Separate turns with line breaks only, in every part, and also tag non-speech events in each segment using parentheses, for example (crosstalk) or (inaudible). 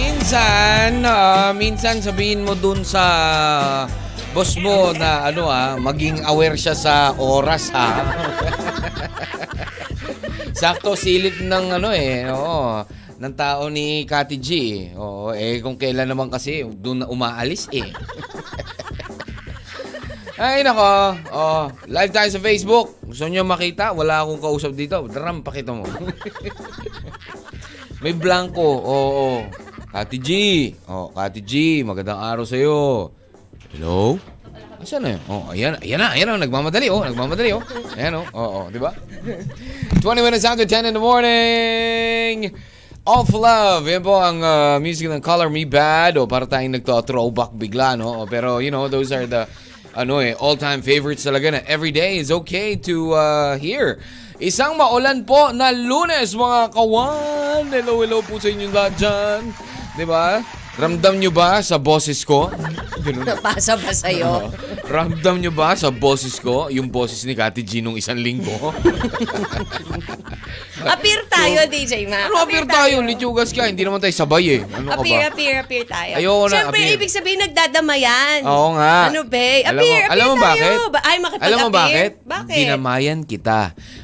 Minsan, ah, minsan sabihin mo dun sa boss mo na ano ah, maging aware siya sa oras ha. (laughs) Sakto silip ng ano eh, oo, ng tao ni Kati G. Oo, eh kung kailan naman kasi dun na umaalis eh. (laughs) Ay nako, oh, live tayo sa Facebook. Gusto niyo makita? Wala akong kausap dito. Dram, pakita mo. May blanco. Oo. oo. Kati G. Oh, Kati G, magandang araw sa iyo. Hello? Asan na yun? Oh, ayan, ayan na, ayan na, nagmamadali, oh, nagmamadali, oh. Ayan, oh, oo, oh, di ba? 20 minutes after 10 in the morning! All for love. Yan po ang uh, music ng Color Me Bad. O para tayong nagto-throwback bigla, no? O, Pero, you know, those are the ano eh, all-time favorites talaga na every day is okay to uh, hear. Isang maulan po na lunes, mga kawan. Hello, hello po sa inyo lahat dyan. Di ba? Ramdam nyo ba sa boses ko? Ganun.
Napasa ba sa'yo?
Ano? Ramdam nyo ba sa boses ko, yung boses ni Kati G nung isang linggo?
Appear tayo, DJ Mac.
Ano appear tayo? Lechugas ka. Hindi naman tayo sabay eh. Ano ka
Appear,
ba?
appear, appear tayo.
Ayoko na,
Siyempre,
appear.
ibig sabihin nagdadamayan.
Oo nga.
Ano, be? Appear,
Alam mo-
appear
alam mo
tayo.
bakit?
Ba- Ay, makipag-appear.
Alam mo bakit?
Bakit?
Dinamayan kita.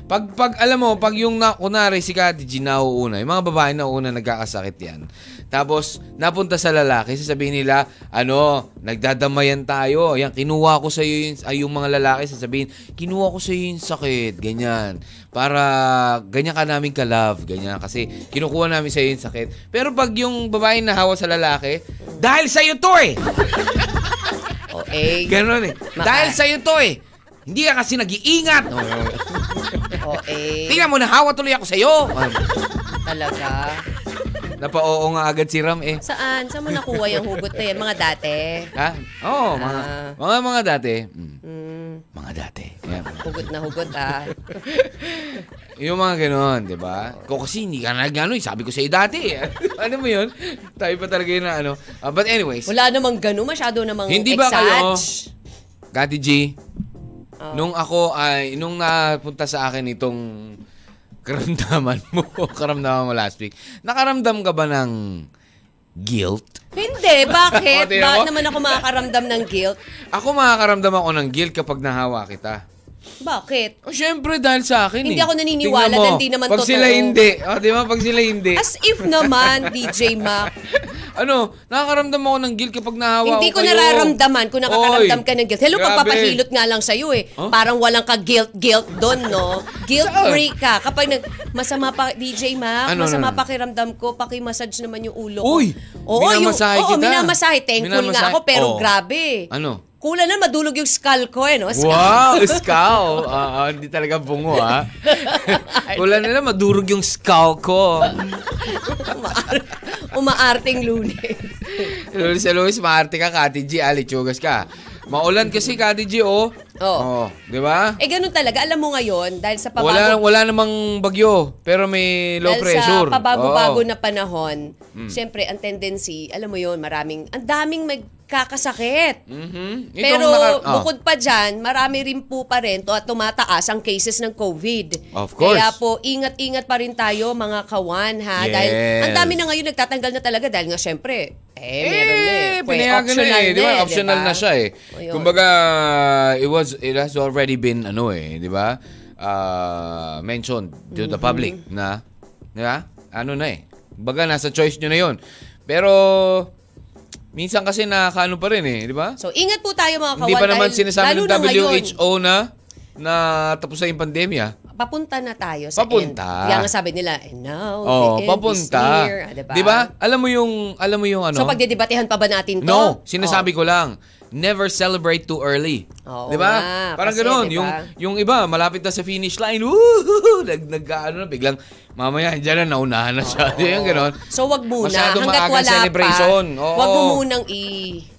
Pag, pag alam mo, pag yung na, kunwari si Kati G nauuna, yung mga babae nauuna nagkakasakit yan. Tapos, napunta sa lalaki, sasabihin nila, ano, nagdadamayan tayo. Yan, kinuha ko sa yung, ay, yung mga lalaki, sasabihin, kinuha ko sa yung sakit, ganyan. Para, ganyan ka namin ka-love, ganyan. Kasi, kinukuha namin sa yung sakit. Pero pag yung babae nahawa sa lalaki, dahil sa'yo to eh!
O, eh.
Ganon eh.
Maka-
Dahil sa'yo to eh. Hindi ka kasi nag-iingat.
O, eh.
Tingnan mo, nahawa tuloy ako sa'yo.
Talaga.
Napa-oo nga agad si Ram eh.
Saan? Saan mo nakuha yung hugot na yan? Mga dati?
Ha? Oo, oh, mga,
Ah.
mga, mga dati. Mm,
Hmm.
mga dati. Yan.
Hugot na hugot, ah.
Yung mga ganon, di ba? Ko kasi hindi ka nagano, eh. sabi ko sa'yo dati. eh. (laughs) ano mo yun? Tayo pa talaga yun na ano. Ah, but anyways,
Wala namang gano'n. Masyado namang
Hindi ba kayo-
exage.
Kati G,
Oh.
nung ako ay, nung napunta sa akin itong karamdaman mo, (laughs) karamdaman mo last week, nakaramdam ka ba ng guilt?
Hindi,
(laughs)
bakit?
O, tingnan
Bakit
mo.
naman ako makakaramdam ng guilt?
Ako makakaramdam ako ng guilt kapag nahawa kita.
Bakit?
O syempre dahil sa akin eh.
Hindi ako
Tingnan
naniniwala
mo,
na hindi naman
pag
totoo.
sila hindi, o di ba? Pag sila hindi.
As if naman, DJ Mac,
(laughs) ano, nakakaramdam ako ng guilt kapag nahawa
hindi
ko
ko
kayo.
nararamdaman kung nakakaramdam
Oy,
ka ng guilt. Hello,
grabe.
pagpapahilot nga lang sa'yo eh.
Huh?
Parang walang ka-guilt-guilt doon, no?
Saan?
Guilt-free ka. Kapag nag, masama pa, DJ Mac,
Ano,
masama
ano, ano?
pakiramdam ko, pakimassage naman yung ulo ko.
Uy,
oo,
minamasahe
yung,
kita.
Oo, minamasahe. Thankful
Minamasahe-
nga ako, pero
Oo.
grabe.
Ano?
Kulang na madulog yung skull ko eh, no? Skull.
Wow, skull. Ah, ah, hindi talaga bungo, ha? Wala nila, madurog yung skull ko.
(laughs) Umaar- umaarting lunes.
Luis sa Luis, maarte ka, Kati G, alichugas ka. Maulan kasi, Kati G, oh.
Oo.
di ba?
Eh, ganun talaga. Alam mo ngayon, dahil sa pabago
Wala, wala namang bagyo, pero may low
Dahil
pressure.
sa pabago-bago
Oo. Hmm.
na panahon, syempre, ang tendency, alam mo yon maraming, ang daming magkakasakit.
Mhm. Ito
Pero
ang naka- oh.
bukod pa dyan, marami rin po pa rin to at tumataas ang cases ng COVID.
Of course.
Kaya po, ingat-ingat pa rin tayo mga kawan ha.
Yes.
Dahil ang dami na ngayon nagtatanggal na talaga dahil nga syempre, eh, meron na eh.
Eh,
Pwe-
pinayagan na eh. Di ba? Optional
diba?
na siya eh.
O, yun.
Kumbaga, it was, it has already been, ano eh, di ba? Uh, mentioned to
Mm-hmm.
the public na, di ba? Ano na eh. Kumbaga, nasa choice nyo na yun. Pero, minsan kasi nakakaano pa rin eh, di ba?
So, ingat po tayo mga kawan.
Hindi pa naman
dahil
sinasabi
lalo
ng
na ngayon,
WHO na, na tapos na yung pandemya.
papunta na tayo sa
Papunta.
end. Kaya nga sabi nila, and now
Oh,
the end is
papunta.
near. Ah,
Di ba? Alam mo yung, alam mo yung ano?
So, pagdidebatehan pa ba natin to?
No, sinasabi ko lang. never celebrate too early. 'Di
Oo
ba?
nga,
Parang
kasi,
ganoon,
di ba?
yung yung iba malapit na sa finish line, woo, nag nagkaano na biglang mamaya diyan na naunahan na siya. (laughs) Yung ganoon.
Oh. So wag muna
Masyado
hangga't
maagang
wala
celebration.
pa.
Oo.
Wag mo munang i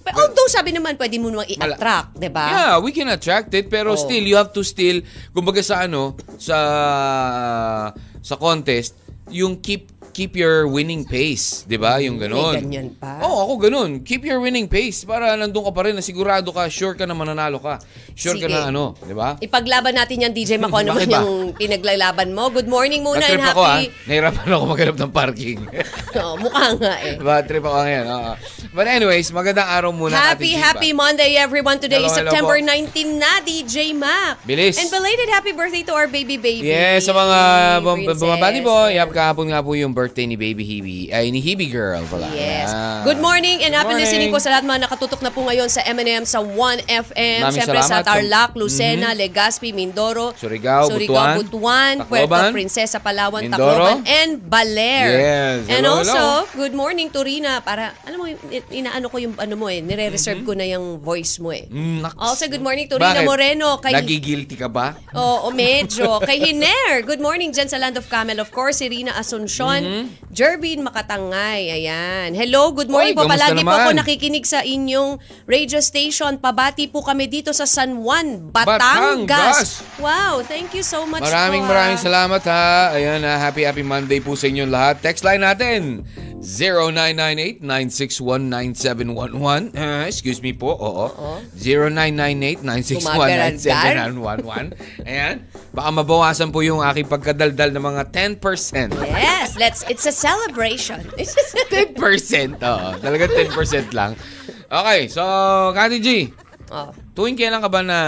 But although sabi naman pwede mo namang
Mala-
i-attract, diba? 'di ba?
Yeah, we can attract it pero
Oo.
still you have to still kumbaga sa ano sa sa contest yung keep keep your winning pace, 'di ba? Yung ganoon.
Mm, May ganyan pa.
Oo, ako ganun. Keep your winning pace para nandun ka pa rin na sigurado ka, sure ka na mananalo ka. Sure ka
Sige.
na ano, 'di ba?
Ipaglaban natin
(laughs)
yan, DJ Mako. Ano man
Bakit ba?
yung pinaglalaban mo? Good morning muna and
Na-trip ako ah.
happy...
Nahirapan ako maghanap ng parking. (laughs)
(laughs) Oo, mukha nga eh.
Bad trip ako ngayon. oo. But anyways, magandang araw muna. Ate G
Happy,
pa.
happy Monday, everyone. Today is
Hello, hello
September
po.
19 na, DJ Mac.
Bilis.
And belated happy birthday to our baby baby.
Yes, sa mga bum-
princess.
bumabati po. Yap, kahapon nga po yung birthday ni Baby Hebe. Ay, ni Hebe Girl pala.
Yes.
Ah.
Good morning and happy
Good
listening po
morning.
sa lahat mga nakatutok na po ngayon sa M&M sa 1FM.
Maraming
Siyempre sa
salamat. Mm-hmm.
Tarlac, Lucena, Legazpi, Mindoro,
Surigao, Butuan,
Butuan, Puerto
Tacloban,
Princesa, Palawan,
Mindoro.
Tacloban, and Baler.
Yes.
And
Hello,
also,
hello.
good morning to Rina. Para, alam mo, i- inaano ko yung ano mo eh, nire-reserve
Mm-hmm.
ko na yung voice mo eh.
Mm, naks.
Also, good morning to Rina
Bakit?
Moreno. Kay
Nagigilty ka ba?
Oo, medyo. Kay Hiner, good morning dyan sa Land of Camel. Of course, Irina Asuncion, Jervin Makatangay, ayan. Hello, good morning
Mm-hmm. Oy,
po.
kamusta
Palagi po
naman?
ako nakikinig sa inyong radio station. Pabati po kami dito sa San Juan, Batangas. Wow, thank you so much
Maraming
po. ah.
maraming salamat ha. Ayan ha, happy happy Monday po sa inyong lahat. Text line natin 0998-961-9711. Ah, excuse me po. Oo. 0998-961-9711. Ayan. Baka mabawasan po yung aking pagkadaldal ng mga
(laughs)
10%.
Yes, let's, it's a celebration. (laughs)
10%. Oo, talaga 10% lang. Okay, so Kati G,
oh.
tuwing kailan ka ba na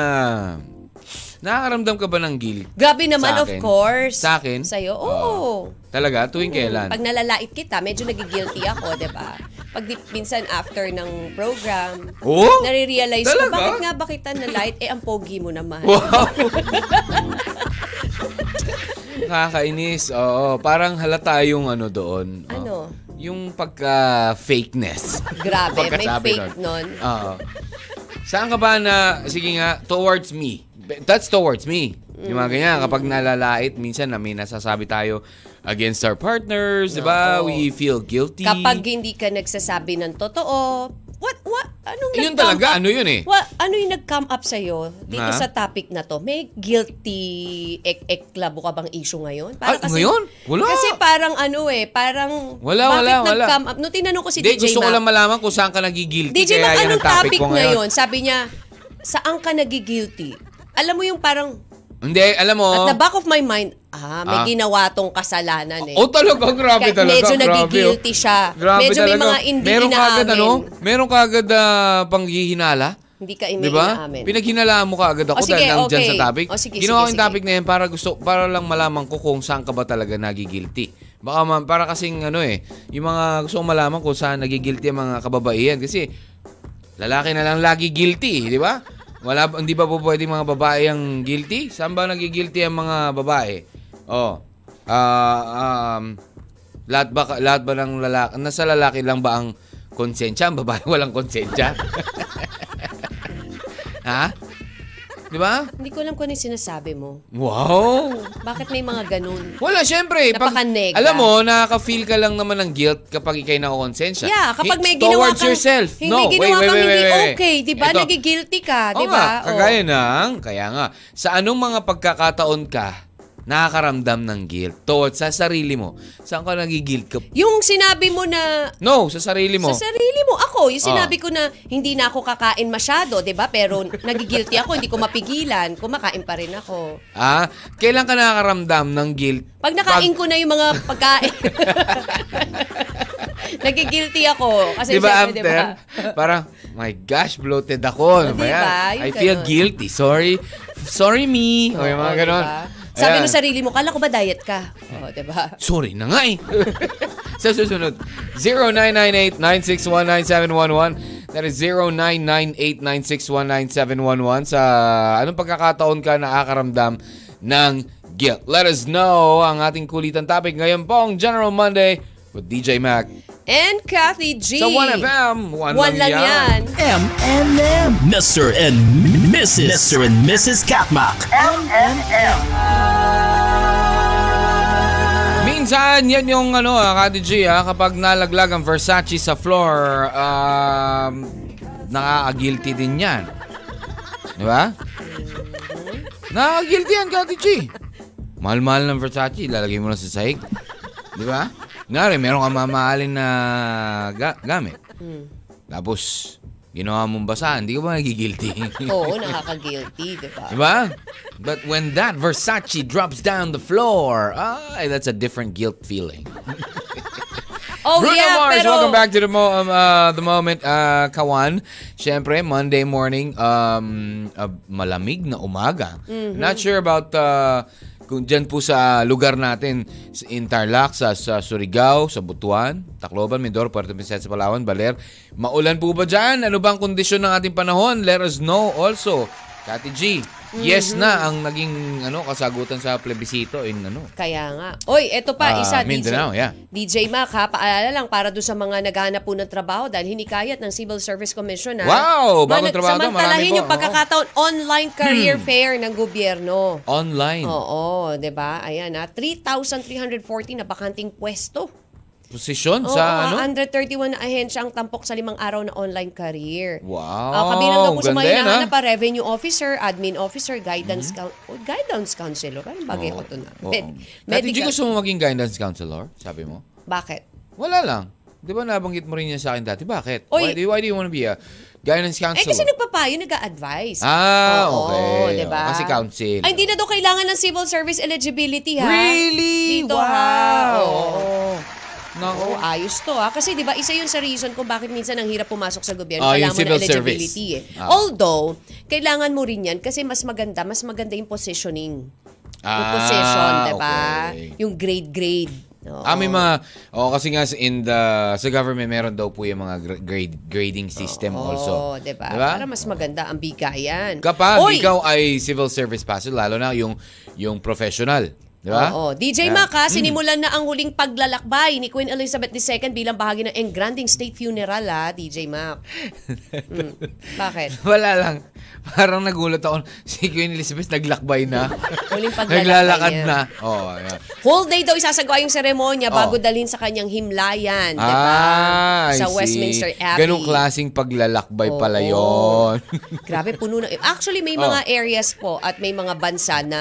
nakakaramdam ka ba ng guilt?
Grabe naman,
Sa
of
akin?
course.
Sa akin?
Sa'yo, oo.
Talaga? Tuwing kailan?
Pag nalalait kita, medyo nagigilty ako, di ba? Pag di, minsan after ng program,
Oh?
nare-realize ko,
Talaga?
bakit nga ba kita nalait? Eh, ang pogi mo naman.
Wow! (laughs) Nakakainis. Oo, parang halata yung ano doon. Oo.
Ano?
Yung pagka-fakeness.
Grabe, may
Pagkasabi
fake nun.
Oo. Saan ka ba na, sige nga, towards me? Be- That's towards me. Yung mga ganyan, kapag nalalait, minsan na may nasasabi tayo against our partners, di ba?
Oo.
We feel guilty.
Kapag hindi ka nagsasabi ng totoo, what, what, anong
Yun
nag-come
talaga,
up-
ano yun eh?
What, ano yung nag-come up sa'yo dito
Na?
sa topic na to? May guilty ek eklabo ka bang issue ngayon?
Ay, ngayon? Wala.
Kasi parang ano eh, parang
Wala,
bakit
wala, wala.
nag-come up? Nung tinanong ko si
Hindi,
DJ
gusto ko
Mac,
lang malaman kung saan ka nagigilty.
DJ,
kaya
Mac,
yan ang
anong topic,
ko
ngayon? Sabi niya, saan ka nagigilty? Alam mo yung parang,
Hindi, alam mo.
at the back of my mind, ah, may
Oh. Ah.
ginawa tong kasalanan eh.
Oh, talaga, grabe
Kahit
talaga.
medyo
grabe, oh.
nagigilty siya.
Grabe
Medyo may
talaga.
mga hindi
Meron ka agad,
inaamin.
ano? Meron ka agad ah, panghihinala.
Hindi ka
Di ba?
iniinaamin.
Pinaghinalaan mo ka agad ako
O, sige,
dahil nandyan
okay.
sa topic.
O, sige,
Ginawa ko
sige,
yung
sige.
topic na yan para gusto, para lang malaman ko kung saan ka ba talaga nagigilty. Baka man, para kasing ano eh, yung mga gusto kong malaman kung saan nagigilty ang mga kababaihan. Kasi lalaki na lang lagi guilty, eh, di ba? Wala, ba- hindi ba po pwede mga babae ang guilty? Saan ba nagigilty ang mga babae? Oh, ah, um, lahat ba, lahat ba ng lalaki, nasa lalaki lang ba ang konsensya? Ang babae (laughs) walang konsensya? ha? Di ba?
Hindi ko alam kung ano yung sinasabi mo.
Wow!
Bakit may mga ganun?
Wala, syempre. Pag,
Napakanega.
alam mo, nakaka-feel ka lang naman ng guilt kapag ikay nakakonsensya.
Yeah, kapag may
It's
ginawa
towards
kang,
yourself.
hindi
no,
ginawa
wait, wait,
kang
wait,
hindi
wait, wait.
okay, di ba?
Ito.
Nagigilty ka,
Oo
di
nga,
ba? Oh.
kagaya ng, kaya nga, sa anong mga pagkakataon ka nakakaramdam ng guilt towards sa sarili mo? Saan ka nagigilt ka?
Yung sinabi mo na,
No, sa sarili mo.
Sa sarili mo. Ako, yung
Ah.
sinabi ko na hindi na ako kakain masyado, di ba? Pero nagigilty ako, hindi ko mapigilan. Kumakain pa rin ako.
ah, kailan ka nakakaramdam ng guilt?
Pag nakain ko na yung mga
(laughs)
pagkain. Nagigilty ako. Kasi
Di ba
syempre,
after?
di ba?
Parang, my gosh, bloated ako. Ano
Oh,
ba
di
yan?
ba? Yung
I feel
ganun.
guilty. Sorry. Sorry me. O Oh, yung mga
Oo, Oh, di
ganun.
ba? Sabi
Ayan.
ng sarili mo, kala ko ba diet ka? O, di ba?
Sorry na nga eh. (laughs) Sa susunod, 0998-961-9711. That is 0998-961-9711. Sa anong pagkakataon ka nakakaramdam ng guilt? Let us know ang ating kulitan topic ngayon pong General Monday with DJ Mac.
and Kathy G.
Sa 1FM, one,
One lang yan.
M and M. Mr. and Mrs. Mr. and Mrs. Katmak.
Minsan, yan yung ano, ah, Kati G, ah, kapag nalaglag ang Versace sa floor, um, nakaka-guilty din yan. Di ba? Nakaka-guilty yan, Kati G. Mahal-mahal ng Versace, ilalagay mo lang sa sahig. Di ba? Ngayon, meron kang mamahalin na ga- gamit. Tapos, ginawa mong basa, hindi ka ba nagigilty?
Oo, nakaka-guilty, di ba?
Diba? But when that Versace drops down the floor, ah, that's a different guilt feeling.
Oh,
Bruno
yeah,
Mars,
pero...
welcome back to the mo um, uh, the moment, uh, Kawan. Siyempre, Monday morning, um, uh, malamig na umaga.
Mm-hmm.
Not sure about uh, kung dyan po sa lugar natin, sa- in Tarlac, sa, sa Surigao, sa Butuan, Tacloban, Mindoro, Puerto Princesa, Palawan, Baler. Maulan po ba dyan? Ano ba ang kondisyon ng ating panahon? Let us know also. Kati G,
Mm-hmm.
yes na ang naging ano kasagutan sa plebisito in ano
Kaya nga. Oy, eto pa,
Ah,
isa,
Mindanao,
DJ.
yeah.
DJ Mac, ha, paalala lang para doon sa mga naghahanap po ng trabaho dahil hinikayat ng Civil Service Commission, ha?
Wow, bagong
Manag-
trabaho to, marami
Samantalahin
po, oh. Hmm.
yung pagkakataon online career fair ng gobyerno.
online.
Oh. Oo, 'di ba? Ayan ha, 3,340 na bakanting pwesto.
Posisyon
Oo,
sa ano?
131 na ahensya ang tampok sa limang araw na online career.
Wow,
Ah, kabilang daw po
ganda yan,
sa mga
ha? Hmm.
hinahanap pa, revenue officer, admin officer, guidance coun- oh, guidance counselor.
Oh.
Anong bagay ko to na?
Oo.
Med-
Dati, G,
medical.
gusto mo maging guidance counselor? Sabi mo?
Bakit?
Wala lang. Di ba nabanggit mo rin yan sa akin dati? Bakit? Why,
Oy.
do, why do you want to be a guidance
Eh
counselor?
kasi nagpapayo, nag-a-advise.
Ah,
Oo,
okay.
diba?
Kasi counsel.
Ay, hindi na daw kailangan ng civil service eligibility ha.
Really?
Dito
wow!
ha. Oo.
Nako.
Oo, ah, ayos to ha. Kasi di ba isa yun sa reason kung bakit minsan ang hirap pumasok sa gobyerno.
Ah, yung civil
kailangan mo na eligibility
service.
eh.
Ah.
Although, kailangan mo rin yan kasi mas maganda, mas maganda yung positioning. yung
Ah,
position, di ba?
okay.
Yung grade-grade. Oo.
Ah, may mga, oh, kasi nga in the, sa government, meron daw po yung mga gra- grade, grading system also. Diba?
Oo, di ba? Para mas maganda ang bigayan.
Kapag
Oy!
ikaw ay civil service passer, lalo na yung, yung professional. Di ba?
Oo. DJ
Yeah. Hmm.
Mac, ha, sinimulan na ang huling paglalakbay ni Queen Elizabeth II bilang bahagi ng Engranding State Funeral, ha,
(laughs)
DJ Mac. Mm. Bakit?
Wala lang. Parang nagulat ako. (laughs) Si Queen Elizabeth naglakbay na.
(laughs) Huling paglalakbay
Naglalakad
niya.
na. Oo. Oh,
(laughs)
ayan.
Whole day daw isasagawa yung seremonya
Oo.
bago dalhin sa kanyang himlayan, di ba?
Oh. Ah, I
Diba? Sa
see.
Westminster Abbey.
Ganong klaseng paglalakbay
Oo.
pala yon.
(laughs) Grabe, puno na. Actually, may
Oo.
mga areas po at may mga bansa na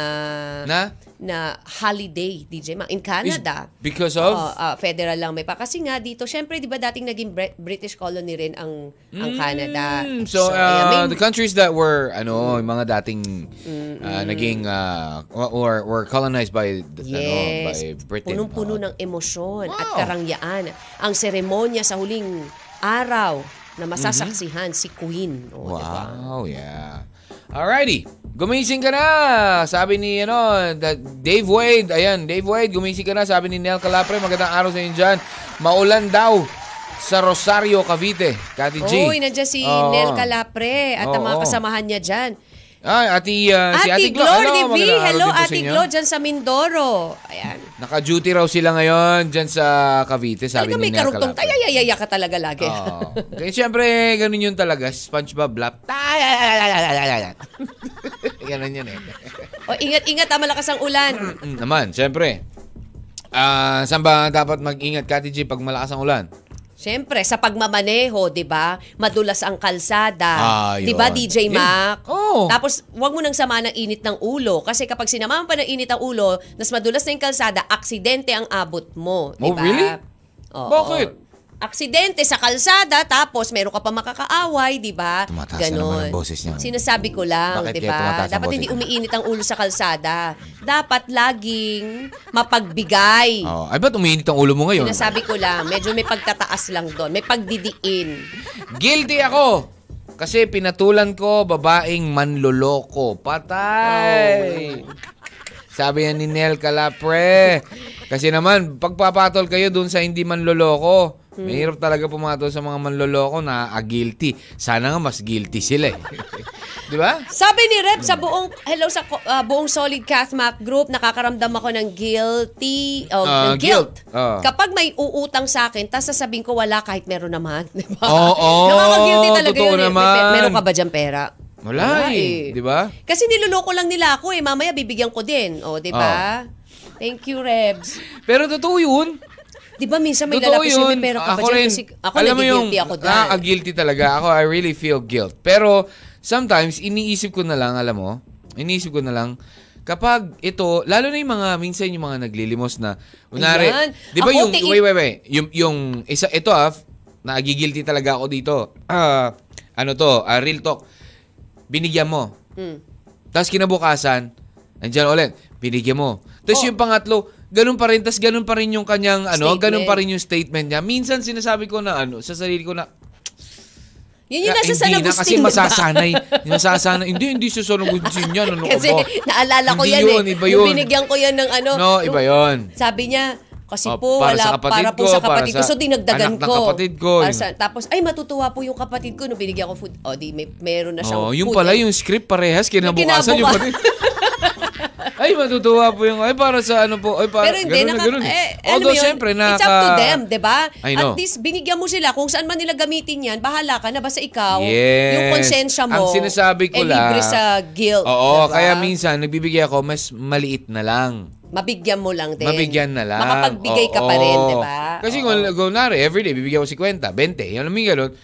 Na?
na holiday, DJ Mac. In Canada.
because of?
Oo, Ano ah, federal lang may pa. Kasi nga dito, syempre, di ba dating naging Bre- British colony rin ang, ang Canada.
Mm, so,
ayan,
uh,
may-
the countries that were, ano, yung mga dating
Mm,
uh, naging, uh, or were colonized by, the- ano, by Britain.
Punong-puno
Oo.
ng emosyon at
Wow.
karangyaan. Ang seremonya sa huling araw na masasaksihan si Queen. O, diba?
Mm-hmm. Wow, yeah. Alrighty. Gumising ka na. Sabi ni ano, da- Dave Wade. Ayan, Dave Wade, gumising ka na. Sabi ni Nel Calapre, magandang araw sa inyo dyan. Maulan daw sa Rosario, Cavite. Kati G.
Uy, nandiyan si
Oo.
Nel Calapre at ang mga
Oo.
kasamahan niya dyan.
Ay, ati, uh, si Ate
Ate
Glo.
Glo,
magandang
TV.
araw din po
Hello,
sa
Ate
inyo.
Glo, dyan sa Mindoro. Ayan.
Naka-duty raw sila ngayon dyan sa Cavite, sabi
Talaga
ni
may
Nel
karugtong
Calapre.
tayo. eh. Yayaya ka talaga lagi.
Oo. Kaya siyempre, ganun yun talaga. SpongeBob lap. (laughs) ganun yun eh.
(laughs) o, ingat-ingat ha, malakas ang ulan.
(laughs) Mm, naman, syempre. Ah, saan ba dapat mag-ingat, Kati G, pag malakas ang ulan?
Siyempre, sa pagmamaneho, 'di ba? Madulas ang
Ah,
kalsada, 'di ba
yun.
DJ
Yun.
Mac?
Oo.
Tapos 'wag mo nang sama ng init ng ulo kasi kapag sinamahan pa ng init ang ulo, nas madulas na 'yung kalsada, aksidente ang abot mo, 'di
Oh,
ba?
really?
Oo.
Bakit?
Aksidente sa kalsada tapos meron ka pa makakaaway, 'di ba?
Tumataas na naman ang boses niya.
Sinasabi ko lang,
Bakit
'di
kaya tumataas
ba?
ang
Dapat
boses
hindi
niya?
umiinit ang ulo sa kalsada. Dapat laging mapagbigay.
Oh, ay, ba't umiinit ang ulo mo ngayon?
Eh. Sinasabi ko lang, medyo may pagtataas lang doon. May pagdidiin.
Guilty ako! Kasi pinatulan ko babaeng manloloko. Patay! Sabi yan ni Nel Calapre. Kasi naman, pagpapatol kayo dun sa hindi manloloko, Mahirap talaga pumato sa mga manloloko na ah, guilty. Sana nga mas guilty sila eh. (laughs) Di ba?
Sabi ni Rep sa buong hello sa ko- ah, buong Solid Cathmac group nakakaramdam ako ng guilty o
Ah,
ng guilt.
guilt. Ah.
Kapag may uutang sa akin tapos sasabihin ko wala kahit meron naman, (laughs) di ba?
Oo,
Nakaka-guilty talaga
totoo
yun. eh. May-
naman.
meron ka ba diyan pera?
Wala eh. Di ba?
Kasi niloloko lang nila ako eh. Mamaya bibigyan ko din. O, di
Ah.
ba? Thank you, Rebs.
Pero totoo yun.
Di ba minsan may
Totoo
lalapis
yun.
may pera
ako
ka ba dyan?
rin.
Kasi ako
alam mo yung,
nagigilty ako dyan.
Ah, ah, guilty talaga. Ako, I really feel guilt. Pero, sometimes, iniisip ko na lang, alam mo, iniisip ko na lang, kapag ito, lalo na yung mga, minsan yung mga naglilimos na, unari,
Ayan.
di ba
Ako,
yung,
tiin-
wait, wait, wait, yung, yung, isa, ito ah, nagigilty talaga ako dito. Ah, ano to, ah, real talk, binigyan mo.
Hmm.
Tapos kinabukasan, andyan ulit, binigyan mo. Tapos yung pangatlo, ganun pa rin, tapos ganun pa rin yung kanyang, ano,
Oh. Statement.
ganun pa rin yung statement niya. Minsan sinasabi ko na, ano, sa sarili ko na,
Yun yung nasa
"Ah,
San
hindi na, kasi
Agustin, di ba? (laughs)
masasanay. Hindi masasanay. Hindi, hindi sa San Agustin yan. Ano ka
Kasi
ba?
naalala ko
Hindi
yan
yun,
eh.
Iba
Yung
yun.
binigyan ko yan ng ano.
No, iba
yung-
yun.
Sabi niya, kasi
Oh,
po,
para
wala,
sa kapatid
para po
ko,
sa
para
kapatid ko.
sa
So, dinagdagan
anak ng
ko.
kapatid ko.
Para sa- tapos, ay, matutuwa po yung kapatid ko. Nung binigyan ko food. O, di, may, meron na
Oh,
siyang
yung
food. Eh,
pala, yung script parehas, kinabukasan yung
kinabukas-
pati. ay, matutuwa po yung, ay, para sa ano po, ay, para,
Pero hindi,
ganun na
naka,
ganun.
eh, alam
Although,
mo yun,
syempre, naka,
it's up to them, di ba?
I know.
At least, binigyan mo sila kung saan man nila gamitin yan, bahala ka na, basta ikaw,
Yes.
yung konsensya mo,
Ang sinasabi ko
eh, libre
lang-
sa guilt.
Oo,
di ba?
kaya minsan, nagbibigay ako, mas maliit na lang.
Mabigyan mo lang din.
Mabigyan na lang.
Makapagbigay ka pa
Oo.
rin, di ba?
Kasi
Oo.
kung, kung nari, everyday, bibigyan ko si Kwenta, 20, yung alamig ganun,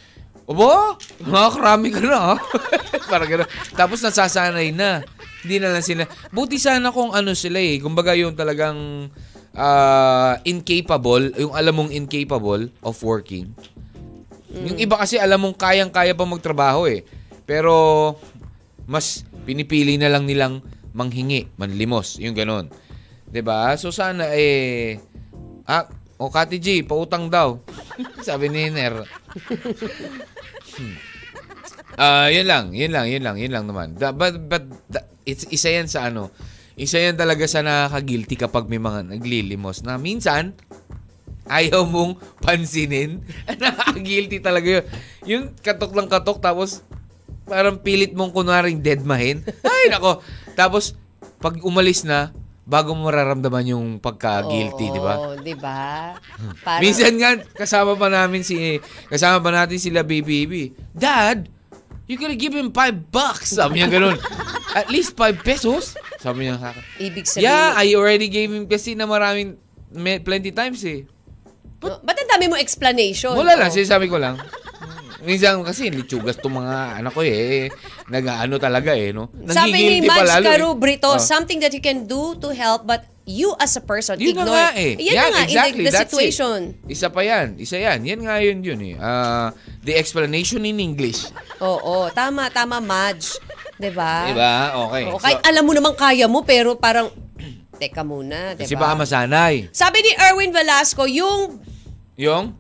Obo, nakakarami ka na. ah." (laughs) Parang ganun. Tapos nasasanay na. Hindi na lang sila. Buti sana kung ano sila eh. Kumbaga yung talagang ah, incapable, yung alam mong incapable of working. Yung iba kasi alam mong kayang-kaya pa magtrabaho eh. Pero mas pinipili na lang nilang manghingi, manlimos, yung ganun. 'Di ba? So sana eh ah, o Kati G, pautang daw. (laughs) Sabi ni Ner. Hmm. Ah, yun lang, yun lang, yun lang, yun lang naman. Da- but but da- it's isa yan sa ano. Isa yan talaga sa nakaka-guilty kapag may mga naglilimos na minsan ayaw mong pansinin. (laughs) Nakaka-guilty talaga yun. Yung katok lang katok, tapos parang pilit mong kunwaring deadmahin. Ay, nako. Tapos, pag umalis na, bago mo mararamdaman yung pagka-guilty, di ba?
Oo, di
(laughs)
ba? Parang-
Minsan nga, kasama pa namin si, kasama pa natin sila BBB. Dad, you gonna give him five bucks. Sabi niya ganun. At least five pesos. Sabi niya sa akin.
Ibig sabihin.
Yeah, I already gave him kasi na maraming, may- plenty times eh.
No, ba't ang dami mo explanation?
Wala lang,
Oo.
sinasabi ko lang. Minsan kasi litsugas tong mga anak ko eh. Nag-ano talaga eh, no?
Sabi ni
Nanggigilty pa
Mads
lalo eh.
Caru Brito,
Oh.
something that you can do to help but you as a person
Yun
ignore.
na nga eh.
Yan na nga, in the- the,
that's it.
situation.
Isa pa yan. Isa yan. Yan nga yun yun eh. Ah, the explanation in English.
Oo, tama, tama, Mads. 'Di ba?
Diba? Okay.
Oo,
So,
kahit alam mo naman kaya mo pero parang, (clears throat) teka muna, ano, 'di
kasi baka
ba?
masanay.
Sabi ni Erwin Velasco, yung
Yung,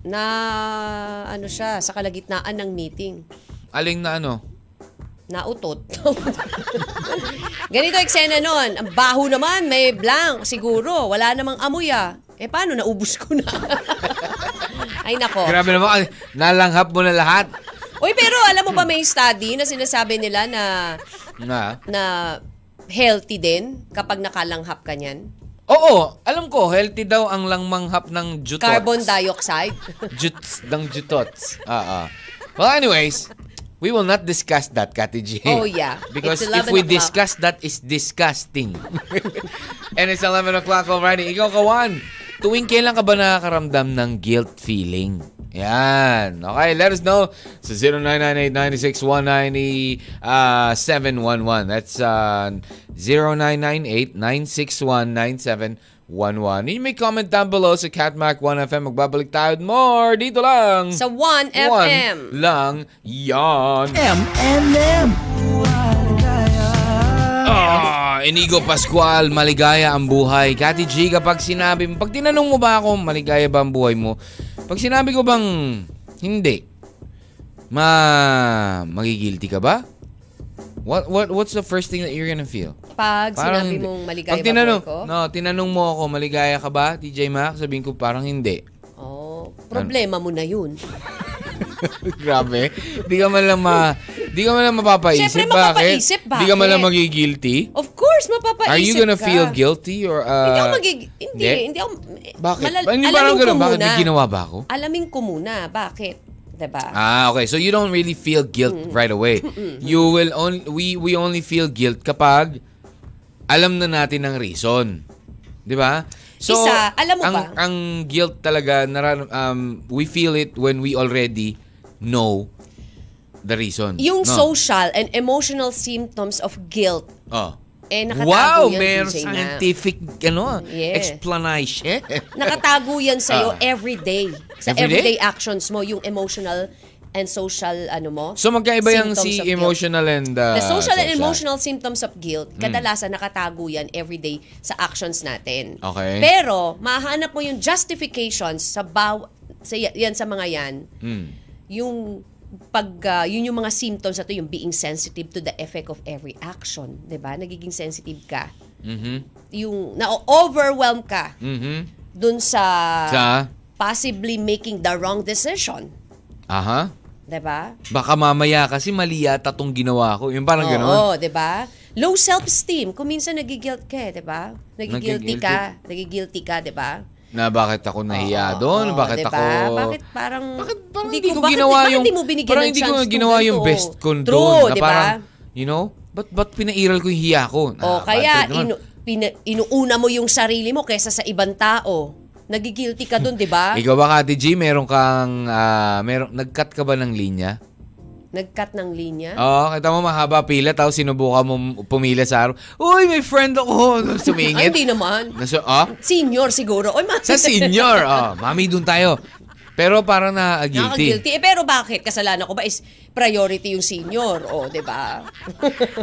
na ano siya sa kalagitnaan ng meeting.
aling na ano.
nautot. (laughs) Ganito eksena nun. Ang baho naman, may blank siguro. Wala namang amoy ah. Eh paano, naubos ko na. (laughs) Ay nako.
Grabe naman. ah, Nalanghap mo na lahat.
Uy, pero alam mo ba may study na sinasabi nila na
Na.
na healthy din kapag nakalanghap ka niyan?
Oo, alam ko, healthy daw ang langmanghap ng jutots.
Carbon dioxide.
Juts ng jutots. Ah, ah. Well, anyways, we will not discuss that, Kati G.
Oh, yeah.
(laughs) Because
It's
if
11
we
o'clock.
discuss that, it's disgusting. (laughs) And it's 11 o'clock already. Ikaw, Kawan, tuwing kailan ka ba nakakaramdam ng guilt feeling? Yan. Okay, let us know sa 0998-961-90711. uh, That's uh, 0998-961-9711. Yung may comment down below sa Catmac 1FM. Magbabalik tayo at more dito lang.
Sa 1FM.
(laughs) One lang yan.
M&M.
Ah, Inigo Pascual, maligaya ang buhay. Kati G, kapag sinabi mo, pag tinanong mo ba ako, maligaya ba ang buhay mo? Pag sinabi ko bang hindi, ma magigilty ka ba? What what what's the first thing that you're gonna feel?
Pag sinabi
hindi.
mong maligaya
Pag
ba
tinanong,
ko?
No, tinanong mo ako, maligaya ka ba, DJ Mac? Sabihin ko parang hindi. (laughs)
Oh, Problema mo na yun.
Grabe. Di ka man lang ma... Di ka man lang mapapaisip.
Siyempre, mapapaisip,
Di ka man
bakit?
lang magigilty.
Of course, mapapaisip
Are you gonna
ka.
feel guilty or... Uh,
hindi ako magig... Hindi,
hindi?
hindi, ako...
Bakit? Hindi,
Malal- alamin
parang
ko
ganun. Bakit
muna.
may ginawa ba ako?
Alamin ko muna. Bakit? Diba?
Ah, okay. So you don't really feel guilt right away. You will only we we only feel guilt kapag alam na natin ang reason. 'Di ba?
Isa, alam mo
ang,
ba?
Ang guilt talaga naran- um we feel it when we already know the reason.
Yung
No?
social and emotional symptoms of guilt,
Oh.
eh, nakatago
Wow,
yan,
may
DJ na.
scientific ano,
Yeah.
explanation. (laughs)
nakatago yan sa'yo
Ah.
every day. Sa
Everyday?
everyday? actions mo, yung emotional and social, ano mo.
so magkaiba yung
symptoms
si
of guilt.
emotional and uh,
The social and emotional symptoms of guilt,
Hmm.
kadalasan nakatago yan everyday sa actions natin.
Okay.
Pero, mahanap mo yung justifications sa baw sa y- yan sa mga yan.
Hmm.
Yung pag ah, yun yung mga symptoms na to, yung being sensitive to the effect of every action, 'di ba? Nagiging sensitive ka.
Mm-hmm,
Yung na-overwhelm ka
Mhm.
dun sa,
Sa?
possibly making the wrong decision,
Aha.
'di ba?
Baka mamaya kasi mali yata tong ginawa ko. Yung parang gano'n.
Oo, di ba? Low self-esteem. Kung minsan nagigilt ka, eh, di ba? Nagigilty
Nagigilty.
ka. Nagigilty ka, di ba?
Na bakit ako nahiya doon?
Oo,
bakit
diba?
ako...
Bakit parang...
Bakit parang
hindi
hindi
ko-
ko,
bakit-
ginawa
bakit
yung...
hindi mo binigyan
parang
ng
hindi ko
chance to
ginawa yung
ganito?
best ko
True, diba?
doon. Na
di ba?
parang, you know, ba't, ba't pinairal ko yung hiya ko?
O,
Ah,
kaya
bad trip naman.
inu, pina- inuuna mo yung sarili mo kaysa sa ibang tao. Nagigilty ka diba? dun, di ba?
Ikaw ba, Kati G, meron kang... ah, meron, nag-cut ka ba ng linya?
Nag-cut ng linya.
Oo, kita mo mahaba pila, tapos sinubukan mo pumila sa araw. Uy, may friend ako! (laughs)
Ay,
Sumingit.
hindi naman.
Nasa, ah?
Senior siguro. Oy, ma-
Sa
(laughs)
senior. Oh, mami, doon tayo. Pero parang na-guilty.
Nakaka-guilty. Eh, pero bakit? Kasalanan ko ba is priority yung senior? O, di ba?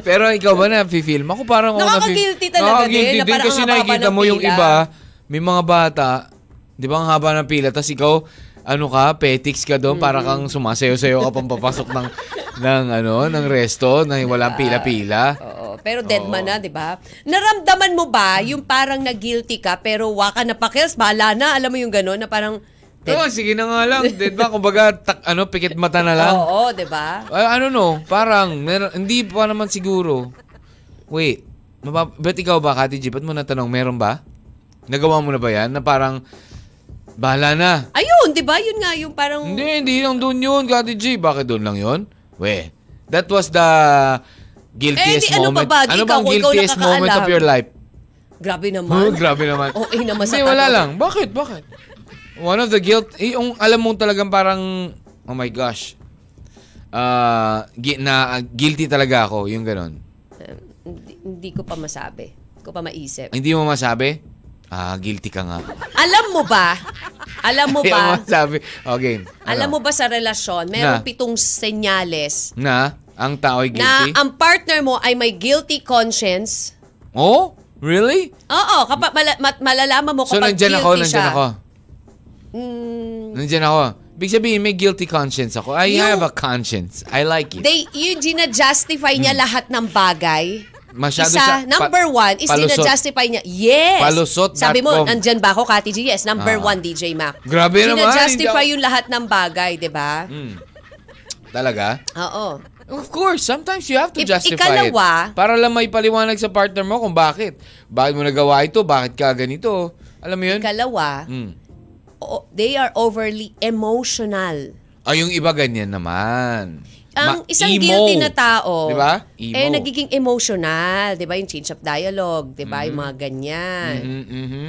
Pero ikaw ba na-feel? Ako parang ako nafe-
Nakaka-guilty talaga
Nakaka-guilty
din, na parang
kasi
ang haba
nakikita
ng
mo yung
pila.
iba, may mga bata, di ba ang haba ng pila, tapos ikaw, ano ka, petics ka doon, para kang
Mm-hmm.
sumasayo-sayo ka pang papasok ng, (laughs) ng, ano, ng resto, na walang pila-pila.
Oo, pero dead man na, 'di ba? Naramdaman mo ba yung parang na guilty ka pero waka na pakils, bahala na, alam mo yung gano'n na parang
Oo,
dead.
sige na nga lang, di ba? Kumbaga, tak, ano, pikit mata na lang.
Oo, 'di ba?
I, I don't know, parang, mer- hindi pa naman siguro. Wait, mapap- ba't ikaw ba, Kati G, ba't mo natanong, meron ba? Nagawa mo na ba yan? Na parang, bahala na.
Ayun, 'di ba? Yun nga yung parang
Hindi, hindi lang doon yun, Kati G. Bakit doon lang yun? We, that was the
Eh,
guiltiest
di, ano
moment.
pa ba? Di
ano
ikaw,
bang
kung ikaw
guiltiest moment of
nakakaalam.
your life?
grabe naman.
Huh, grabe
(laughs)
naman.
Oo, eh, naman sa
Hindi, wala
tatlo.
lang. Bakit? Bakit? One of the guilt, eh, yung alam mo talagang parang, oh my gosh, Ah, gi- na guilty talaga ako, yung ganun.
Eh, Hindi, hindi ko pa masabi. Hindi ko pa maisip.
Hindi mo masabi? Ah, guilty ka nga.
Alam mo ba? Alam mo
(laughs) Hindi mo
ba?
masabi. Okay. ano?
Alam mo ba sa relasyon,
Na?
merong pitong senyales
Na, ang tao ay
na
guilty?
ang partner mo ay may guilty conscience.
oh? Really?
Oo, kapag mala- mat- malalaman mo
So,
kapag
nandyan
guilty
ako, nandyan
siya.
ako.
Mm,
Nandyan ako. Ibig sabihin, may guilty conscience ako. I
You-
have a conscience. I like it.
They, yun, gina-justify niya lahat ng bagay.
Hmm. Masyado
Isa,
sa- pa-
number one, is
palusot.
gina-justify niya. Yes!
Palusot.com.
Sabi mo, andyan ba ako, Kati G? Yes, number
Ah.
one, DJ Mac.
Grabe naman,
Gina-justify
hindi ako- Hmm.
yung lahat ng bagay, di ba?
Talaga?
Oo.
Of course, sometimes you have to
Ik-
justify
ikalawa-
it. Para lang may paliwanag sa partner mo kung bakit. Bakit mo nagawa ito? Bakit ka ganito? Alam mo yun?
Ikalawa,
Mm.
o- they are overly emotional.
Ay, Ah, yung iba ganyan naman.
Ang
Ma-
isang
emo.
guilty na tao,
Di ba? Emo.
eh, nagiging emotional. Di ba? Yung change of dialogue, di ba? Yung
Hmm.
mga ganyan.
Mm, mhm.